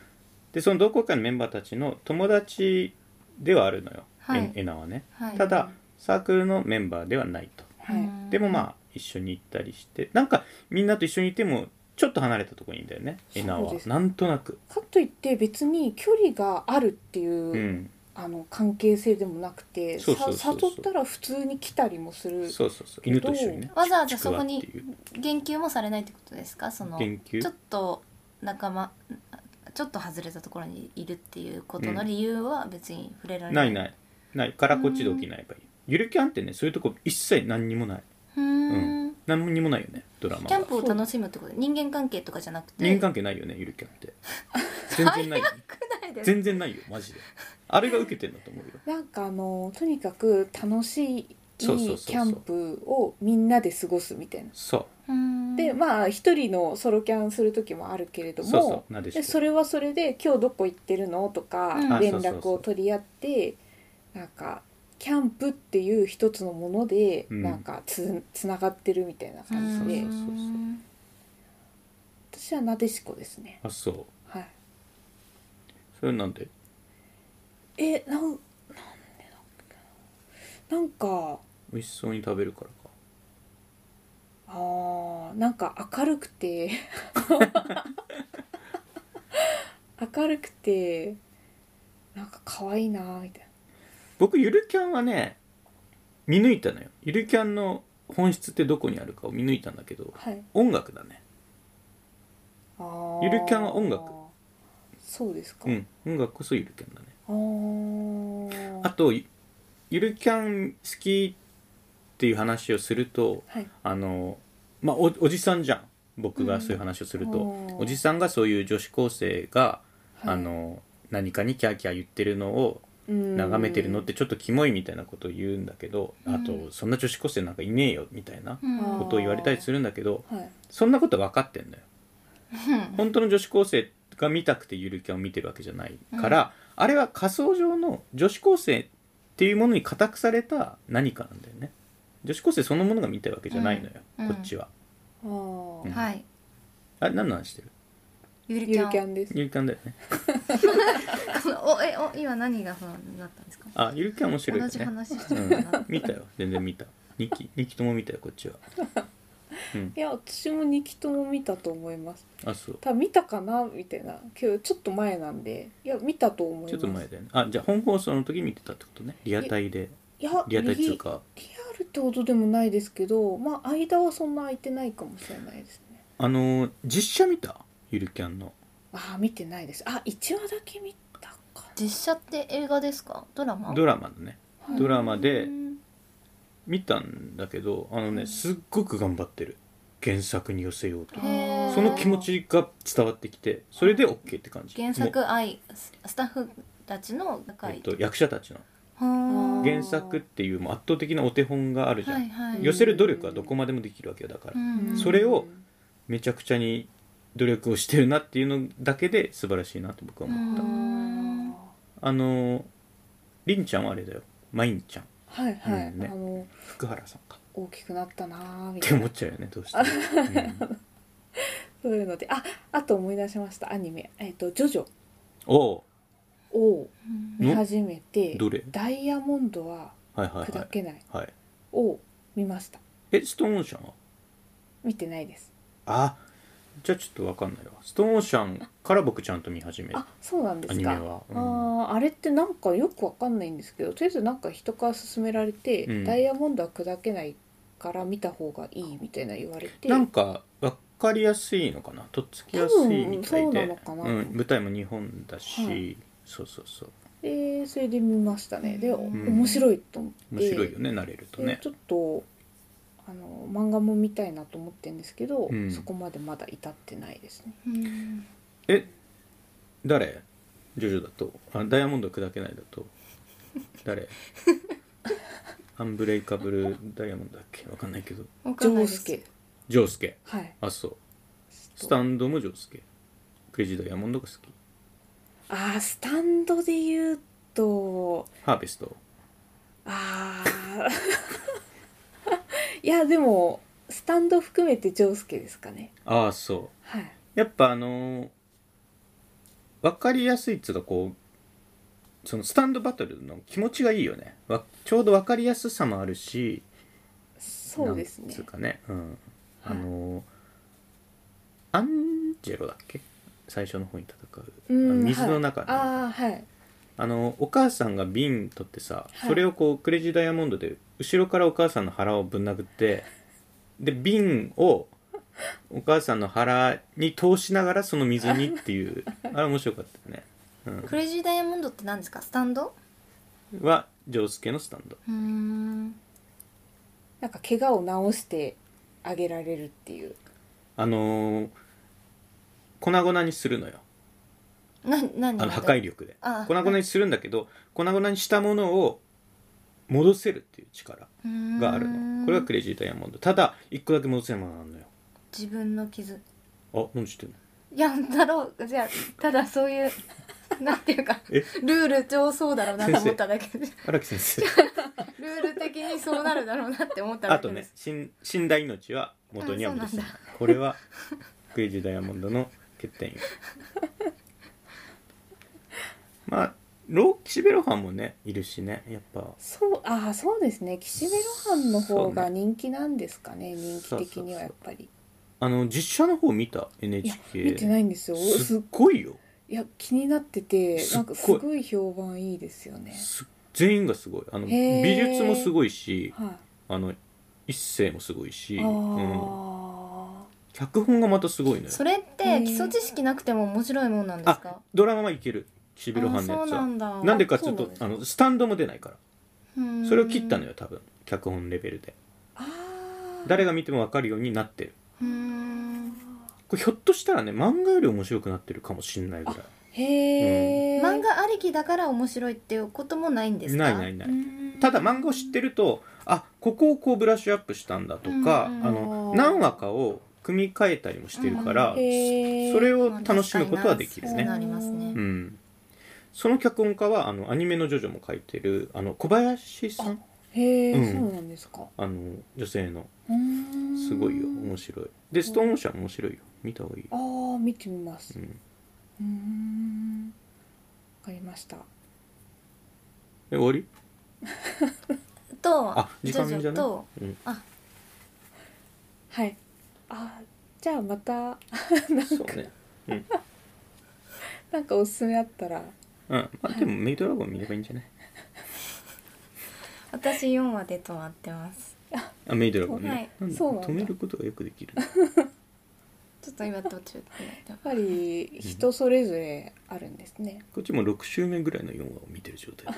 S2: でその同好会のメンバーたちの友達ではあるのよ、
S3: はい
S2: えエナはね
S3: はい
S2: ただサークルのメンバーではないと
S1: はい
S3: うん
S2: でもまあ一緒に行ったりしてなんかみんなと一緒にいてもちょっと離れたところにいるんだよねエナ
S1: そう
S2: は
S1: です
S2: なんとなく
S1: かといって別に距離があるっていう、
S2: うん
S1: あの関係性でもなくて
S2: そうそうそうそう
S1: さ悟ったら普通に来たりもする
S2: そうそうそう犬と一緒にね
S3: わざわざそこ
S2: ち
S3: に
S2: くわっていう
S3: 言及もされないってことですかその
S2: 言及
S3: ちょっと仲間ちょっと外れたところにいるっていうことの理由は別に触れられな、
S2: ないいないないからこっちで起きないばいいゆるキャンってねそういうとこ一切何にもないう
S3: ーん
S2: 何にもないよねドラマは
S3: キャンプを楽しむってこと人間関係とかじゃなくて
S2: 人間関係ないよねゆるキャンって全然ないよね
S3: 少ないです
S2: 全然ないよマジであれが受けてんだと思うよ
S1: なんかあのとにかく楽しいキ
S2: そうそうそうそう
S1: ャンプをみんなで過ごすみたいな。
S2: そう
S3: ーん
S1: でまあ一人のソロキャンする時もあるけれど
S2: う
S1: も
S2: そうそうなでし
S1: で
S2: こ
S1: それはそれで「今日どこ行ってるの?」とか
S3: うんあ
S1: 連
S2: そうそう
S1: 絡
S2: そう
S1: を取り合ってなんかキャンプっていう一つのもので
S2: うん
S1: なんかつつながってるみたいな
S3: うー
S1: 感じで
S2: そうそうそうそ
S3: ん
S1: 私はなでしこですね。
S2: あそう
S1: はい、
S2: それなんで
S1: えなんなんでなんかななんか
S2: 美味しそうに食べるからか
S1: あーなんか明るく
S2: [laughs]
S1: て明るくてなんか可愛いなーみたい
S2: 僕ゆるキャンはね見抜いたのよゆるキャンの本質ってどこにあるかを見抜いたんだけど
S1: なはい
S2: 音楽だね
S1: あー
S2: ゆるキャンは音楽
S1: そうですか、
S2: うん音楽こそゆるキャンだね
S1: あー
S2: あとゆゆるキャン好きっていう話をすると
S1: はい
S2: あのまあおおじさんじゃん僕がそういう話をすると、
S1: うん
S2: おじさんがそういう女子高生が、
S1: はい
S2: あの何かにキャーキャー言ってるのを
S1: うん
S2: 眺めてるのってちょっとキモいみたいなことを言うんだけど、
S3: うん
S2: あとそんな女子高生なんかいねえよみたいな
S3: うん
S1: あ
S2: ことを言われたりするんだけど
S1: はい
S2: そんなこと分かってんだよ。
S3: うん
S2: 本当の女子高生が見たくてゆるキャンを見てるわけじゃないから、あれは仮想上の女子高生っていうものに固くされた何かなんだよね。女子高生そのものが見たいわけじゃないのよ、
S3: うん
S2: こっちは。
S1: あー、
S2: うん
S3: はい
S2: あれ何の話してる
S3: ゆるキ
S1: ゆ
S3: ャ
S1: る
S3: ン
S1: キャンです
S2: ゆるキャンだよね。
S3: おえお今何が不安になったんですか
S2: あ、ゆるキャン面白いよね。
S3: 同じ話して
S2: う
S3: る
S2: ん
S3: のかな、
S2: 見たよ全然見た2期二期とも見たよこっちはい
S1: や私も2期とも見たと思います
S2: あそう
S1: 多分見たかなみたいな今日ちょっと前なんでいや見たと思います
S2: ちょっと前だよねあじゃあ本放送の時見てたってことねリアタイで
S1: いや
S2: リアタイっていうか
S1: リアルってことでもないですけど、まあ間はそんな空いてないかもしれないですね。
S2: あのー実写見たゆるキャンの
S1: ああ見てないです。あ一話だけ見たか
S3: 実写って映画ですかドラマ
S2: ドラマのね
S1: な。
S2: ドラマで
S3: うん
S2: 見たんだけどあのねすっごく頑張ってる原作に寄せようと
S3: へー
S2: その気持ちが伝わってきてそれで OK って感じ
S3: 原
S2: もう
S3: 作愛ススタッフたちの仲
S2: え
S3: い
S2: っ
S3: い、
S2: と、役者たちの
S3: はー
S2: 原作っていうもう圧倒的なお手本があるじゃ
S3: はい
S2: ん、
S3: はい
S2: 寄せる努力はどこまでもできるわけよだから
S3: う、ん
S2: それをめちゃくちゃに努力をしてるなっていうのだけで素晴らしいなと僕は思う、
S1: う
S3: うんん
S2: あのりんちゃんはあれだよまいんちゃん
S1: はいはい、
S2: うんね
S1: あの
S2: 福原さんか
S1: 大きくなったなーみ
S2: って
S1: たい
S2: 思
S1: な
S2: っちゃうよねどうしても、
S1: [laughs]
S2: うん
S1: そういうのでああと思い出しましたアニメえっ、とジョジョ
S2: おう
S1: を
S3: うん
S1: 見始めて
S2: どれ
S1: ダイヤモンドは
S2: はいはいは
S1: 砕
S2: い、
S1: けない
S2: はい、
S1: を見ました。
S2: えストーンオーシャンは
S1: 見てないです。
S2: あじゃあちょっとわかんないわストーンオーシャンから僕ちゃんと見始めた
S1: あそうなんで
S2: ア
S1: す
S2: ニ
S1: か。
S2: メは、うん
S1: あーあれってなんかよくわかんないんですけどとりあえずなんか人から勧められて、
S2: うん
S1: ダイヤモンドは砕けないから見た方がいいみたいな言われて
S2: なんかわかりやすいのかなとっつきやすいみた
S1: 多分そ
S2: いで
S1: うなのかな
S2: うん舞台も日本だし、
S1: はい
S2: そうそうそう
S1: でそれで見ましたねで、お
S3: うん
S1: 面白いと思って
S2: 面白いよね、慣れると
S1: で
S2: ね
S1: ちょっとああの漫画も見たいなと思ってるんですけど、
S2: うん
S1: そこまでまだ至ってないですね。
S3: うん
S2: え誰ジョジョだとあダイヤモンド砕けないだと誰アンブレイカブルダイヤモンドだっけわかんないけど
S3: わか
S1: ジ
S3: んな
S1: ョ
S3: い
S1: ウ
S3: で
S1: ス
S3: す
S1: ケ
S2: ジョースケ
S1: はい。
S2: あそうスタンドもジョースケクレイジーダイヤモンドが好き
S1: あースタンドで言うと
S2: ハーベスト
S1: あー [laughs] いやでもスタンド含めてジョウスケですかね。
S2: ああそう
S1: はい。
S2: やっぱあのー、分かりやすいっつうかこうそのスタンドバトルの気持ちがいいよねわちょうど分かりやすさもあるし
S1: そうです
S2: なん
S1: ね
S2: つう。かね、うん、
S1: は
S2: あ
S1: い
S2: のーアンジェロだっけ最初の方に戦う、
S1: うん
S2: あの水の中
S1: はい
S2: の、
S1: ああはい
S2: あのお母さんが瓶取ってさ、
S1: はい
S2: それをこうクレイジーダイヤモンドで後ろからお母さんの腹をぶん殴ってで瓶をお母さんの腹に通しながらその水にっていう
S1: [laughs]
S2: あれ面白かったよね、
S3: クレイジーダイヤモンドって何ですかスタンド
S2: うん、はジョースケのスタンド
S3: うーん
S1: なんか怪我を治してあげられるっていう
S2: あのー粉々にするのよ
S3: な何
S2: あの破壊力で
S3: あ
S2: 粉々にするんだけど粉々にしたものを戻せるっていう力があるのこれがクレイジーダイヤモンドただ一個だけ戻せないものがあるのよ
S3: 自分の傷
S2: あ何してんの
S3: いやだろうじゃあただそ
S2: [laughs]
S3: ういうなんていうか
S2: え
S3: ルール上そうだろうなと思っただけで
S2: 荒木先生
S3: ルール的にそうなるだろうなって思った
S2: あ
S3: だ
S2: と
S3: け
S2: ね
S3: です
S2: 死ん死んだ命は元には戻せない
S3: あそう
S2: これはクレイジーダイヤモンドの欠点よまあロー岸辺露伴もねいるしねやっぱ
S1: そうああそうですね岸辺露伴の方が人気なんですかね
S2: そ
S1: 人
S2: うね
S1: 気的にはやっぱり
S2: あの実写の方見た
S1: いや
S2: NHK
S1: 見てないんですよ
S2: すっ
S1: す
S2: ごいよ
S1: いや気になってて
S2: すっ
S1: な
S2: ごい
S1: んかすごい評判いいですよね
S2: す全員がすごいあの
S1: へー
S2: 美術もすごいし
S1: は
S2: あの一世もすごいし、
S1: いあ
S2: うん、
S1: あ
S2: 脚本がまたすごいのよ
S3: それって基礎知識なくても面白いもんなんです
S2: あ
S3: か
S2: ドラマはいける岸辺露
S3: あ
S2: 伴のや
S3: そう
S2: つ
S3: な
S2: は
S3: んだ
S2: なんでかっていう
S1: あそうなん
S2: と
S1: です
S2: あのスタンドも出ないからそれを切ったの
S3: よ
S2: よ多分脚本レベルで
S1: あー
S2: 誰が見ても分かるようになってる
S3: うーん
S2: これひょっとしたらね漫画より面白くなってるかもしんないぐらい
S1: へえ
S3: 漫画ありきだから面白いっていうこともないんですか
S2: ないないな
S1: う
S2: い
S1: ん
S2: ただ漫画を知ってるとあここをこうブラッシュアップしたんだとかあ
S3: うん
S2: の
S1: あー
S2: 何話かを組み替えたりもしてるから
S3: うん
S1: へー
S2: それを楽しむことはできる
S3: そう
S2: ね
S3: なりますね
S2: うんその脚本家はあのアニメのジョジョも書いてるあの小林さん
S1: へえ、
S2: うん
S1: そうなんですか
S2: あの女性の
S1: うーん
S2: すごいよ面白いでストーンオーシャン面白いよ見た方がいいよ、
S1: ああ見てみます
S2: うん、
S1: うーんわかりました
S2: え終わり
S3: と
S2: あ時間じゃない
S3: ジョジョと
S2: うん
S1: はいあーじゃあまた [laughs]
S2: そうね
S1: なんかおすすめあったら
S2: うんまあでもメイドラゴン見ればいいんじゃない
S3: 私4話で止まってます
S2: あメイドラゴンね、
S3: はい
S2: なんだ
S1: そうなんだ
S2: 止めることがよくできる
S3: ちょっと今途中で
S1: やっぱり人それぞれあるんですね、
S2: こっちも6週目ぐらいの4話を見てる状態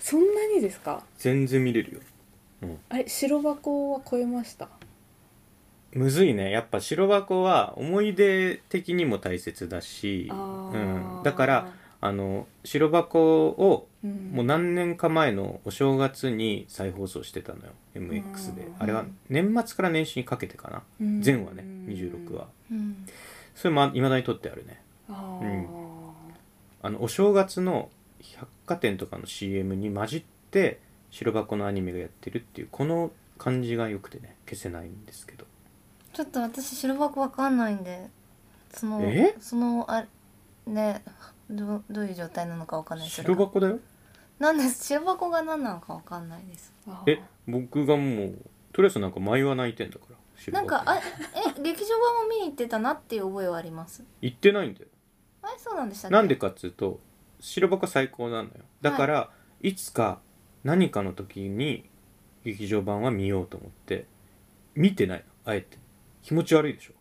S1: そんなにですか
S2: 全然見れるよ
S1: あれ白箱は超えました
S2: むずいねやっぱ白箱は思い出的にも大切だし、
S1: あ
S2: う
S1: ー
S2: ん、だから、あの白箱を
S1: うん、
S2: もう何年か前のお正月に再放送してたのよ MX で
S1: うん
S2: あれは年末から年始にかけてかな
S1: うん
S2: 前話ね26話
S3: うん
S2: それまいまだに撮ってあるね
S1: あー、
S2: うんあのお正月の百貨店とかの CM に混じって白箱のアニメがやってるっていうこの感じが良くてね消せないんですけど
S3: ちょっと私白箱わかんないんでその
S2: え
S3: そのあねどうどういう状態なのかわかんないです
S2: 白箱だよ
S3: なんです白箱が何なのかわかんないです
S1: あー
S2: え僕がもうとりあえずなんか前は泣いてんだから白
S3: なん
S2: 箱
S3: かあえ劇場版も見に行ってたなっていう覚えはあります
S2: 行ってないんだよ
S3: あれそうなんでしたっけ
S2: なんでかっつうと白箱最高なのよだから、い、つか何かの時に劇場版は見ようと思って見てないのあえて気持ち悪いでしょ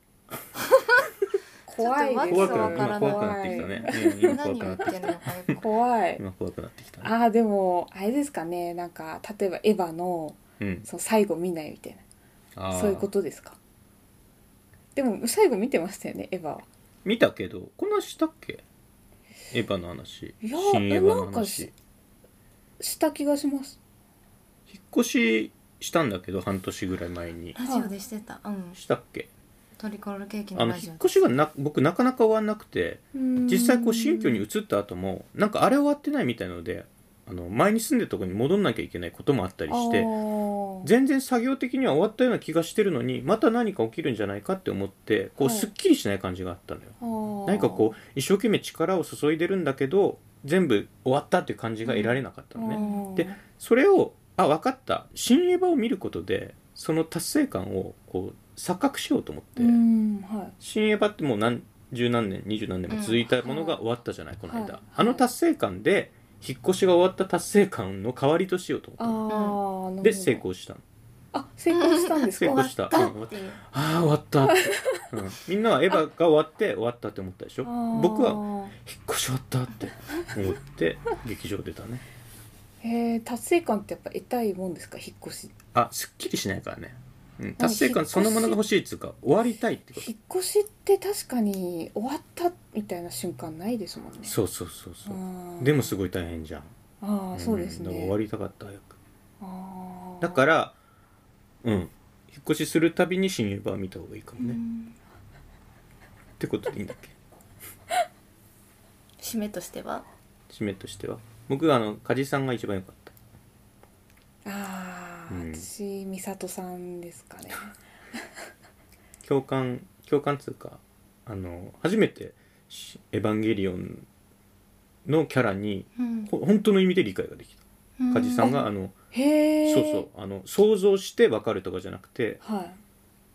S1: 怖いです
S3: ちょ
S2: 怖
S3: っ
S2: く
S3: と
S2: な
S3: わ
S2: っ今
S3: けが
S2: 怖く
S3: わから
S2: なって
S1: い
S2: きたね、うん、今怖
S3: 何
S2: く
S3: を
S2: なってきた
S3: 言って [laughs] んのかよ
S2: [laughs]
S3: く
S1: 怖い
S2: 今怖くなってきたね
S1: あーでもあれですかねなんか例えばエヴァの
S2: うん
S1: その最後見ないみたい
S2: あ
S1: な
S2: ー
S1: そういうことですかでも最後見てましたよねエヴァは
S2: 見たけどこんなんしたっけエヴァの話
S1: いや
S2: 新エヴァの
S1: なんか
S2: 話
S1: しした気がします
S2: 引っ越ししたんだけど半年ぐらい前に
S3: ラジオでしてた、うん
S2: したっけ
S3: トリコロールケーキ
S2: あ
S3: の
S2: の
S3: ラジ
S2: 引
S3: オ
S2: っ越しがな僕なかなか終わんなくて実
S1: 実
S2: 際こう新居に移った後もなんかあれ終わってないみたいなのであの前に住んでたとこに戻んなきゃいけないこともあったりして全然作業的には終わったような気がしてるのにまた何か起きるんじゃないかって思ってこう
S1: はい
S2: すっきりしない感じがあったのよ、
S1: 何
S2: 何かこう一生懸命力を注いでるんだけど全部終わったっていう感じが得られなかったのね、
S1: ね
S2: でそれをあ分かった新エヴァを見ることでその達成感をこう錯覚しようと思って、
S1: うんはい
S2: 新エヴァってもう何十何年二十何年も続いたものが終わったじゃない、この間、
S1: はい
S2: あの達成感で引っ越しが終わった達成感の代わりとしようと
S1: あ
S2: 思っ
S1: ーなるほど
S2: たで成功したの
S1: あ成功したんです
S2: [laughs] 成
S1: か
S2: 功した
S3: 終わったっていう
S2: ああ終わったって、うんみんなはエヴァが終わって終わったって思ったでしょ
S1: あー
S2: 僕は引っ越し終わったって思って劇場出たね
S1: へえ達成感ってやっぱ得たいもんですか引っ越し
S2: あすっきりしないからね、うん、達成感そのものが欲しいっつうか終わりたいってこと
S1: 引っ越しって確かに終わったみたいな瞬間ないですもんね
S2: そうそうそうそう
S1: あー
S2: でもすごい大変じゃん
S1: ああそうです
S2: んだ
S1: ね
S2: から終わりたかった早く
S1: あー
S2: だからうん引っ越しするたびに新エヴァ見た方がいいかもね、
S3: う
S2: っ
S3: ん
S2: てことでいいんだっけ
S3: 締めとしては
S2: 締めとしては僕はあの梶さんが一番良かっ
S1: あ
S2: た
S1: あ、
S2: うん
S1: 私美里さんですか
S2: [laughs]
S1: ね
S2: 共感共感っつうかあの初めてし「エヴァンゲリオン」のキャラに
S3: うん
S2: ほ本当の意味で理解ができた梶さんがあの
S1: へえ
S2: そうそうあの想像して分かるとかじゃなくて
S1: はい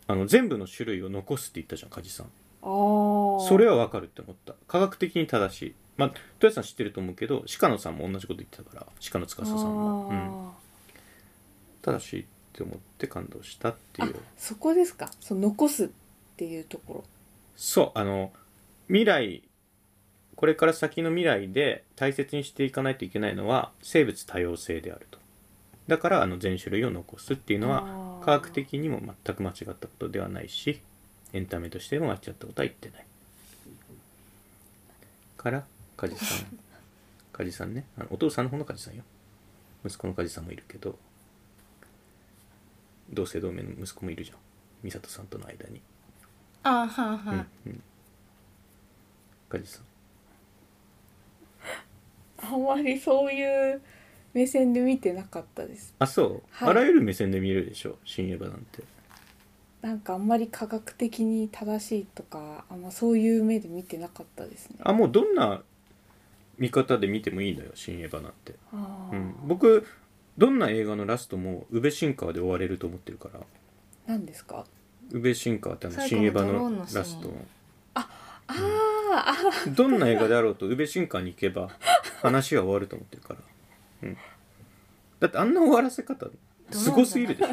S2: あの全部の種類を残すって言ったじゃん梶さん
S1: ああ
S2: それは分かるって思った科学的に正しいまあ豊橋さん知ってると思うけど鹿野さんも同じこと言ってたから鹿野司さんは、うん、
S1: あ
S2: 正しいって思って感動したってい
S1: ー
S2: う
S1: あそこですかその残すっていうところ
S2: そうあの未来これから先の未来で大切にしていかないといけないのは生物多様性であるとだからあの全種類を残すっていうのは
S1: は
S2: 科学的にも全く間違ったことではないしエンタメとしても間違ったことは言ってないから梶さ
S1: [laughs]
S2: ん梶さんねあのお父さんの方の梶さんよ息子の梶さんもいるけど同姓同名の息子もいるじゃん美里さんとの間に
S3: ああはあはあ
S2: うんうん梶さん
S1: あんまりそういう目線で見てなかったです
S2: あそう、
S1: はい
S2: あらゆる目線で見れるでしょ新エヴァなんて
S1: なんかあんまり科学的に正しいとかあんまそういう目で見てなかったですね
S2: あもうどんな見方で見てもいいのよ新エヴァなんて、
S1: あー
S2: うん、僕どんな映画のラストも宇部新川で終われると思ってるから
S1: 何ですか
S2: 宇部新川ってあの
S3: 最後
S2: 新
S3: の
S2: エヴァ
S3: ドローン
S2: の
S3: のシーン
S2: ラスト
S1: あーあ
S2: [laughs] どんな映画であろうと宇部新川に行けば話は終わると思ってるから、うん、だってあんな終わらせ方すごすぎるでしょ
S3: い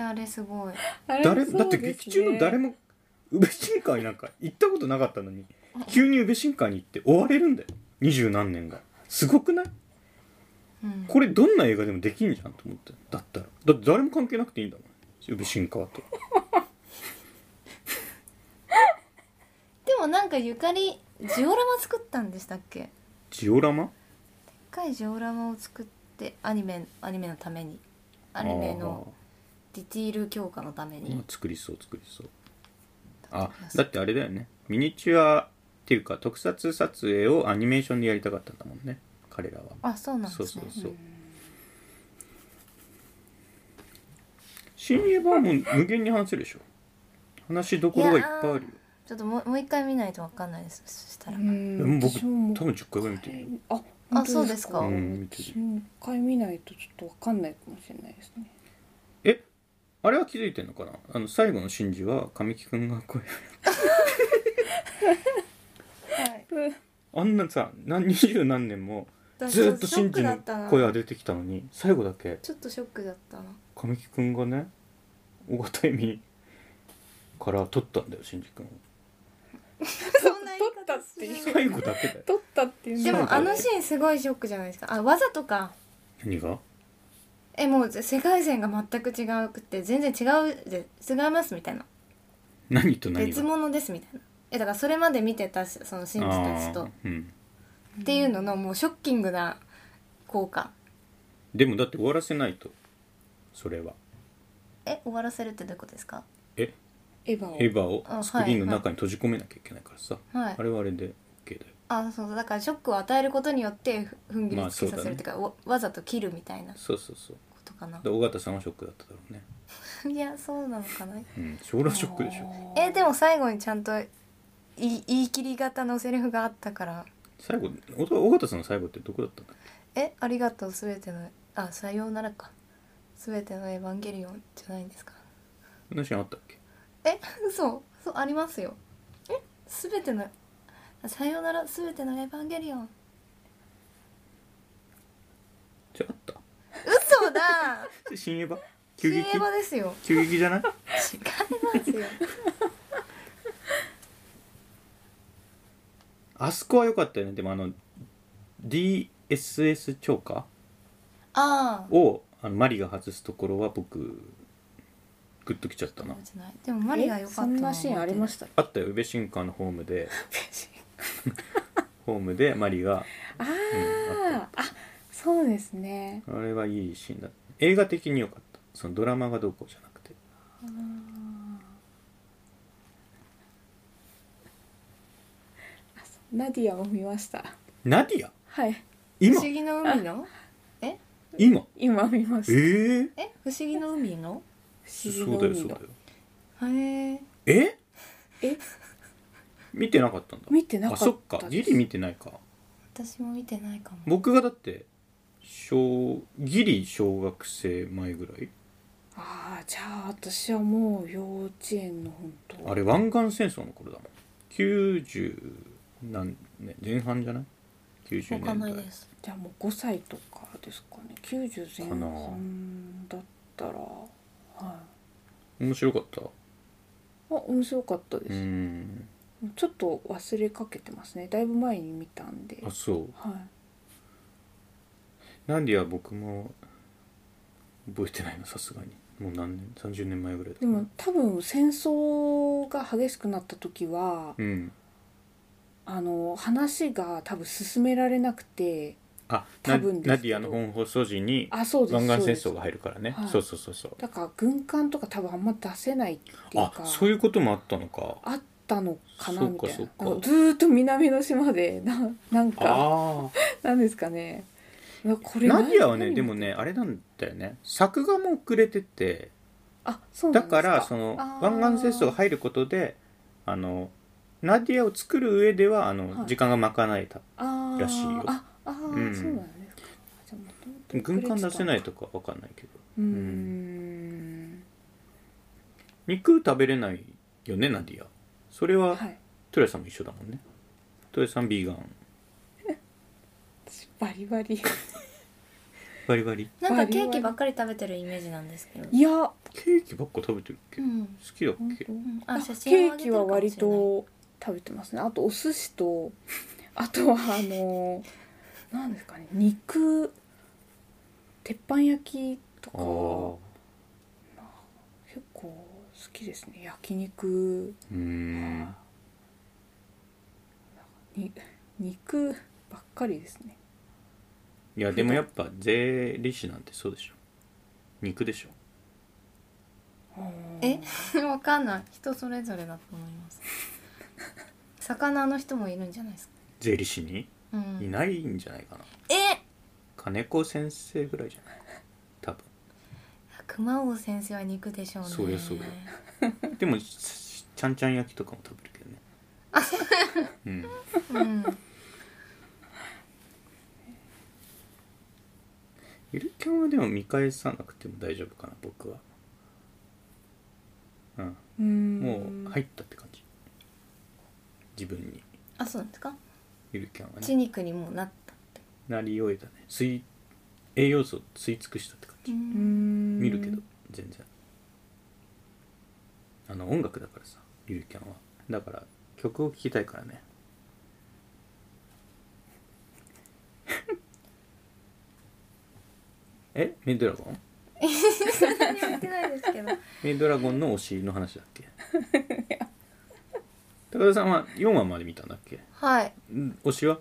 S3: やあれすごい
S1: あれ
S2: 誰
S1: そう
S2: だって
S1: です
S2: 劇中の誰
S1: ね
S2: も宇部新川になんか行ったことなかったのに急に宇部新川に行って追われるんだよ二十何年がすごくない
S3: うん
S2: これどんな映画でもできんじゃんと思ってだったらだって誰も関係なくていいんだもん宇部新川と
S3: でもなんかゆかりジオラマ作ったんでしたっけ一
S2: ジオラマ
S3: 回ジオラマを作ってアニメアニメのためにアニメのディティール強化のため
S2: あーまあ
S3: に
S2: 作りそう作りそうあだってあれだよねミニチュアっていうか特撮撮影をアニメーションでやりたかったんだもんね彼らは
S3: あそうなんです
S2: そう
S3: ね
S2: そうそう新エヴァはもう無限に話せるでしょ話どころがいっぱいあるよ
S3: ちょっともうもう一回見ないとわかんないですそしたら、
S1: うん
S2: でも僕
S1: 私も
S2: 多分10回ぐらい見てるよ
S1: あ本当
S3: あそうですか
S2: うん見てる
S1: 私もう一回見ないとちょっとわかんないかもしれないですね
S2: えあれは気づいてんのかなあの最後の真珠は神木君が声あんなさ何二十何年もずっと真珠の声が出てきたのに最後だけ
S3: ちょっとショックだったな
S2: 神木君がね尾形恵美から取ったんだよ真珠君を
S3: [laughs] そんな言い
S1: 取った
S3: 方
S1: っていう
S3: しない
S2: 最後だけだよ
S1: [laughs] 撮ったっていう
S3: で
S1: の
S3: も
S1: は
S3: あのシーンすごいショックじゃないですかあわざとか
S2: 何が
S3: えもうぜ世界線が全く違くて全然違うぜ違いますみたいな
S2: 何と何
S3: 別
S2: が
S3: 物ですみたいなえだからそれまで見てたしその
S2: あ
S3: 神父たちと
S2: ーうん、
S3: っていうののもうショッキングな効果
S2: でもだって終わらせないとそれは
S3: え終わらせるってどういうことですか
S2: え
S1: エヴァを
S2: エヴァを
S3: あ
S2: スクリーンの中に閉じ込めなきゃいけないからさ、
S3: はい
S2: あれはあれで OK だよ
S3: あそうそうだからショックを与えることによってふふんぎりつ
S2: ま
S3: けさせ
S2: あそうだね
S3: るっていうか、わわざと切るみたいなこ
S2: そうそうそう
S3: とかな
S2: で尾形さんはショックだっただろうね
S3: いやそうなのかな
S2: うんそれはショックでしょ
S1: あー
S3: えでも最後にちゃんと言い言い切り型のセリフがあったから
S2: 最後お尾形さんの最後ってどこだったんだっけ
S3: えありがとうすべてのあさようならかすべてのエヴァンゲリオンじゃないんですか
S2: そんなシーンあったっけ
S3: え嘘そうありますよえすべてのさようならすべてのエヴァンゲリオン
S2: じゃああった
S3: 嘘だ
S2: それ新エヴァ急
S3: 新
S2: 激
S3: エヴァですよ
S2: 急激じゃない
S3: 違いますよ
S2: あそこは良かったよねでもあの DSS 超過
S3: ああ
S2: をあのマリが外すところは僕グッときちゃったな
S3: 覚えてないでもマリが良かった
S1: えそんなシーンありま
S3: し
S1: した
S2: あったよ宇部新館のホームでホームでマリが
S1: あ
S2: うんあ
S1: ーあそうですね
S2: あれはいいシーンだ映画的に良かったそのドラマがどうこうじゃなくて
S1: あーあそうナディアも見ました
S2: ナディア
S1: はい
S3: 不
S2: 今
S3: 思議の海の
S2: 今
S1: 今見ました
S2: え
S1: 不
S2: え
S3: え不思議の海の
S1: 思議
S2: そ
S1: の
S2: うだよ
S1: 海
S2: そうだよ
S1: の
S3: へえ
S2: え
S1: え
S2: 見てなかったんだ
S1: 見てなか
S2: あ
S1: った
S2: そっかギリ見てないか
S3: 私も見てないかも
S2: 僕がだって小ギリ小学生前ぐらい
S1: ああじゃあ私はもう幼稚園の本当
S2: あれ湾岸戦争の頃だもん90何年前半じゃない
S3: わ
S2: 90
S3: かん
S2: 年
S3: な
S2: 代
S3: いです
S1: じゃあもう5歳とかですかね90前半だったらはい
S2: 面白かった
S1: あ面白かった
S2: う
S1: です、
S2: ん
S1: ちょっと忘れかけてますねだいぶ前に見たんで
S2: あそう
S1: はい
S2: なんでや僕も覚えてないのさすがにもう何年30年前ぐらいだ
S1: でも多分戦争が激しくなった時は、
S2: うん
S1: あの話が多分進められなくて
S2: あ
S1: 多
S2: な
S1: 分ですけど
S2: ナディアの本放送時に
S1: あそうです
S2: 湾
S1: そう
S2: 岸戦
S1: です
S2: 争が入るからね
S1: はい
S2: そうそうそうそう
S1: だから軍艦とか多分あんま出せないっていう
S2: あ
S1: か
S2: そういうこともあったのか
S1: あったのかな
S2: そう
S1: み
S2: か
S1: たいな
S2: そうか
S1: なんかずーっと南の島で [laughs] ななんか
S2: ああ
S1: なんですかねいやこれ
S2: ナディアはね
S1: 何
S2: でもねあれなんだよね作画も遅れてて
S1: あそうな
S2: だ
S1: んですか
S2: からその
S1: あー
S2: 湾岸戦争が入ることであのナディアを作る上ではあの、
S1: はい
S2: 時間がまかないた
S1: あー
S2: らしいよ
S1: ああー、
S2: うん
S1: そうなんですかじゃあもともと
S2: 軍艦出せないいとかわかんないけど
S1: うーん
S2: 肉食べれないよねナディアそれは、
S1: はい
S2: トレさんも一緒だもんねトレさんビーガン
S1: 私バリバリ
S2: バリバリ
S3: なん
S1: バ
S3: か
S1: リ
S3: ケ
S1: バリ
S3: ーキばっかり食べてるイメージなんですけど
S1: いや
S2: ケーキばっか食べてるっけ
S3: う
S2: 好
S3: ん
S2: きだっ
S1: 本
S2: け
S1: 当
S3: うん
S1: あ
S3: あ写真
S1: ケー
S3: をあげて
S1: キ
S3: るか
S1: は
S3: も
S1: 割
S3: しれない
S1: と食べてますねあとお寿司とあとはあのなんですかね肉鉄板焼きと
S2: あ
S1: か
S2: ー
S1: 結構好きですね焼肉
S2: うーん
S1: に肉ばっかりですね
S2: いやでもやっぱ税理士なんてそうでしょ肉でしょ
S1: うん
S3: え [laughs] わかんない人それぞれだと思います魚の人もいるんじゃないですか、
S2: 税理士に
S3: うん、
S2: いないんじゃないかな
S3: え
S2: 金子先生ぐらいじゃない多分
S3: 熊王先生は肉でしょうね
S2: そうよそうよでもしちゃんちゃん焼きとかも食べるけどねうん
S3: うん
S2: ゆるキャンはでも見返さなくても大丈夫かな僕はうん
S1: うん
S2: もう入ったって感じ自分に
S3: あそうなんですか
S2: ゆるキャンは
S3: 血
S2: ね
S3: 肉にもうなったって
S2: なり終えたね吸い栄養素を吸い尽くしたって感じ
S1: うん
S2: 見るけど全然あの音楽だからさゆるキャンはだから曲を聴きたいからね [laughs] えメドラゴン
S3: 言ってないですけど
S2: メイドラゴンのお尻の話だっ
S1: [laughs]
S2: け高田さんは4話まで見たんだっけ
S3: はい
S2: ん推しは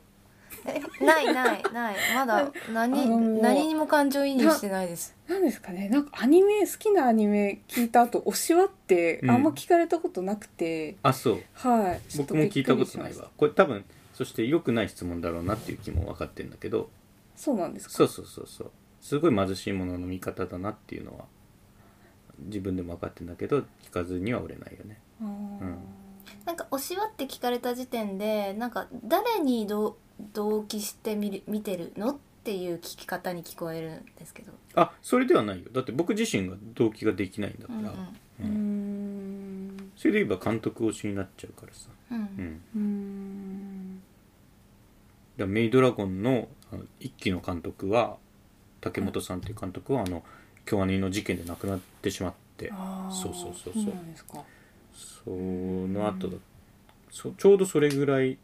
S3: えないないないまだ
S1: あの
S3: 何
S1: ー
S3: 何にも感情移入してないです
S1: なんですかねなんかアニメ好きなアニメ聞いた後推しはって
S2: うん
S1: あんま聞かれたことなくて、
S2: あそう
S1: はいちょっ
S2: 僕も聞いた
S1: びっくり
S2: ことない
S1: しまし
S2: わこれ多分そして良くない質問だろうなっていう気も分かってんだけど
S1: そうなんですか
S2: そうそうそうそうすごい貧しいものの見方だなっていうのは自分でも分かってんだけど聞かずには売れないよね
S1: あー
S2: ん
S3: [laughs] なんか「推しは?」って聞かれた時点でなんか誰にど同期して見る見てるのっていう聞き方に聞こえるんですけど、
S2: あそれではないよだって僕自身が動機ができないんだ
S3: う
S2: か
S3: んうん
S2: ら、
S1: うーん
S2: それで言えば監督推しになっちゃうからさ、
S3: う、
S2: うんん、
S1: うーん
S2: だからメイドラゴンのあの一期の監督は竹本さんっていう監督はあの京アニの事件で亡くなってしまって
S1: あー
S2: そうそうそうそう
S1: なんですか
S2: その後だそちょうどそれぐらい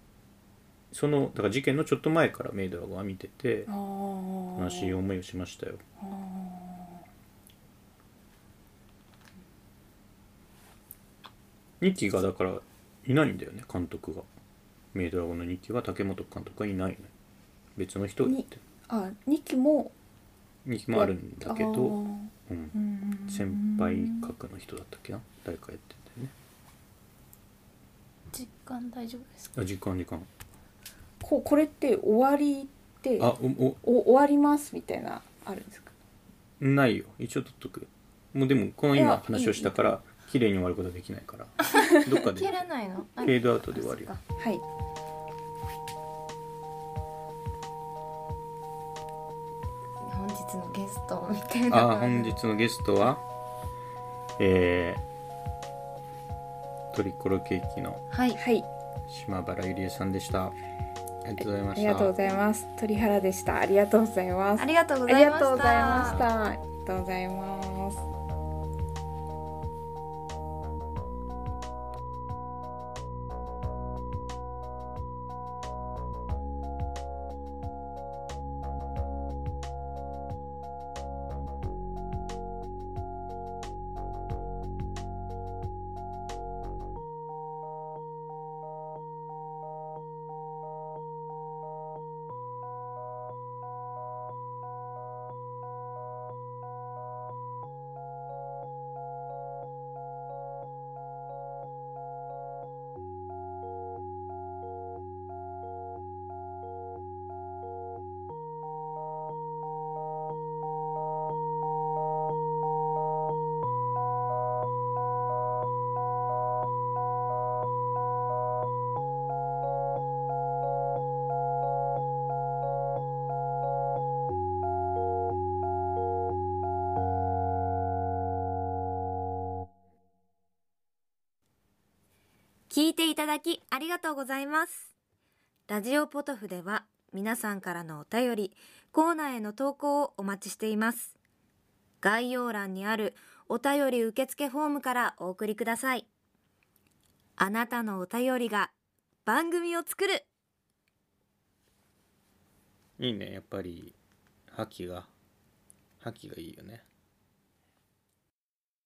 S2: そのだから事件のちょっと前からメイドラゴンは見てて
S1: あー
S2: 悲しい思いをしましたよ
S1: あ
S2: 2期がだからいないんだよね監督がメイドラゴンの2期は竹本監督がいないのよ別の人がやって
S1: ーあ二期も
S2: 2期もあるんだけ
S1: あ
S2: ど、
S1: ー
S2: うん
S1: う、ん
S2: 先輩格の人だったっけな誰かやってんだよね
S3: 実感大丈夫ですか
S2: あ時間時間
S1: ここれって終わりって
S2: あおお
S1: お終わりますみたいなあるんですか
S2: ないよ一応取っとくもうでもこの
S1: い
S2: 今
S1: や
S2: 話をしたから綺麗に終わることはできないから
S1: [laughs]
S2: どっかで
S3: 切らないの
S2: フェードアウトで終わるよ
S3: あそっか
S1: はい
S3: 本日のゲストみたいな
S2: あー本日のゲストはえー、トリコロケーキの
S3: はい
S1: はい
S2: 島原ゆりえさんでしたありがとうござい
S1: あ
S2: まし
S1: り
S2: た
S1: がとうございます鳥原でしたありがとうございます
S3: ありがとうご
S1: あ
S3: ざ
S1: り
S3: いま
S1: がとうございま
S3: し
S1: したたありがとうございます
S4: 聞いていただきありがとうございます。ラジオポトフでは皆さんからのお便り、コーナーへの投稿をお待ちしています。概要欄にあるお便り受付フォームからお送りください。あなたのお便りが番組を作る
S2: いいねやっぱり覇気が覇気がいいよね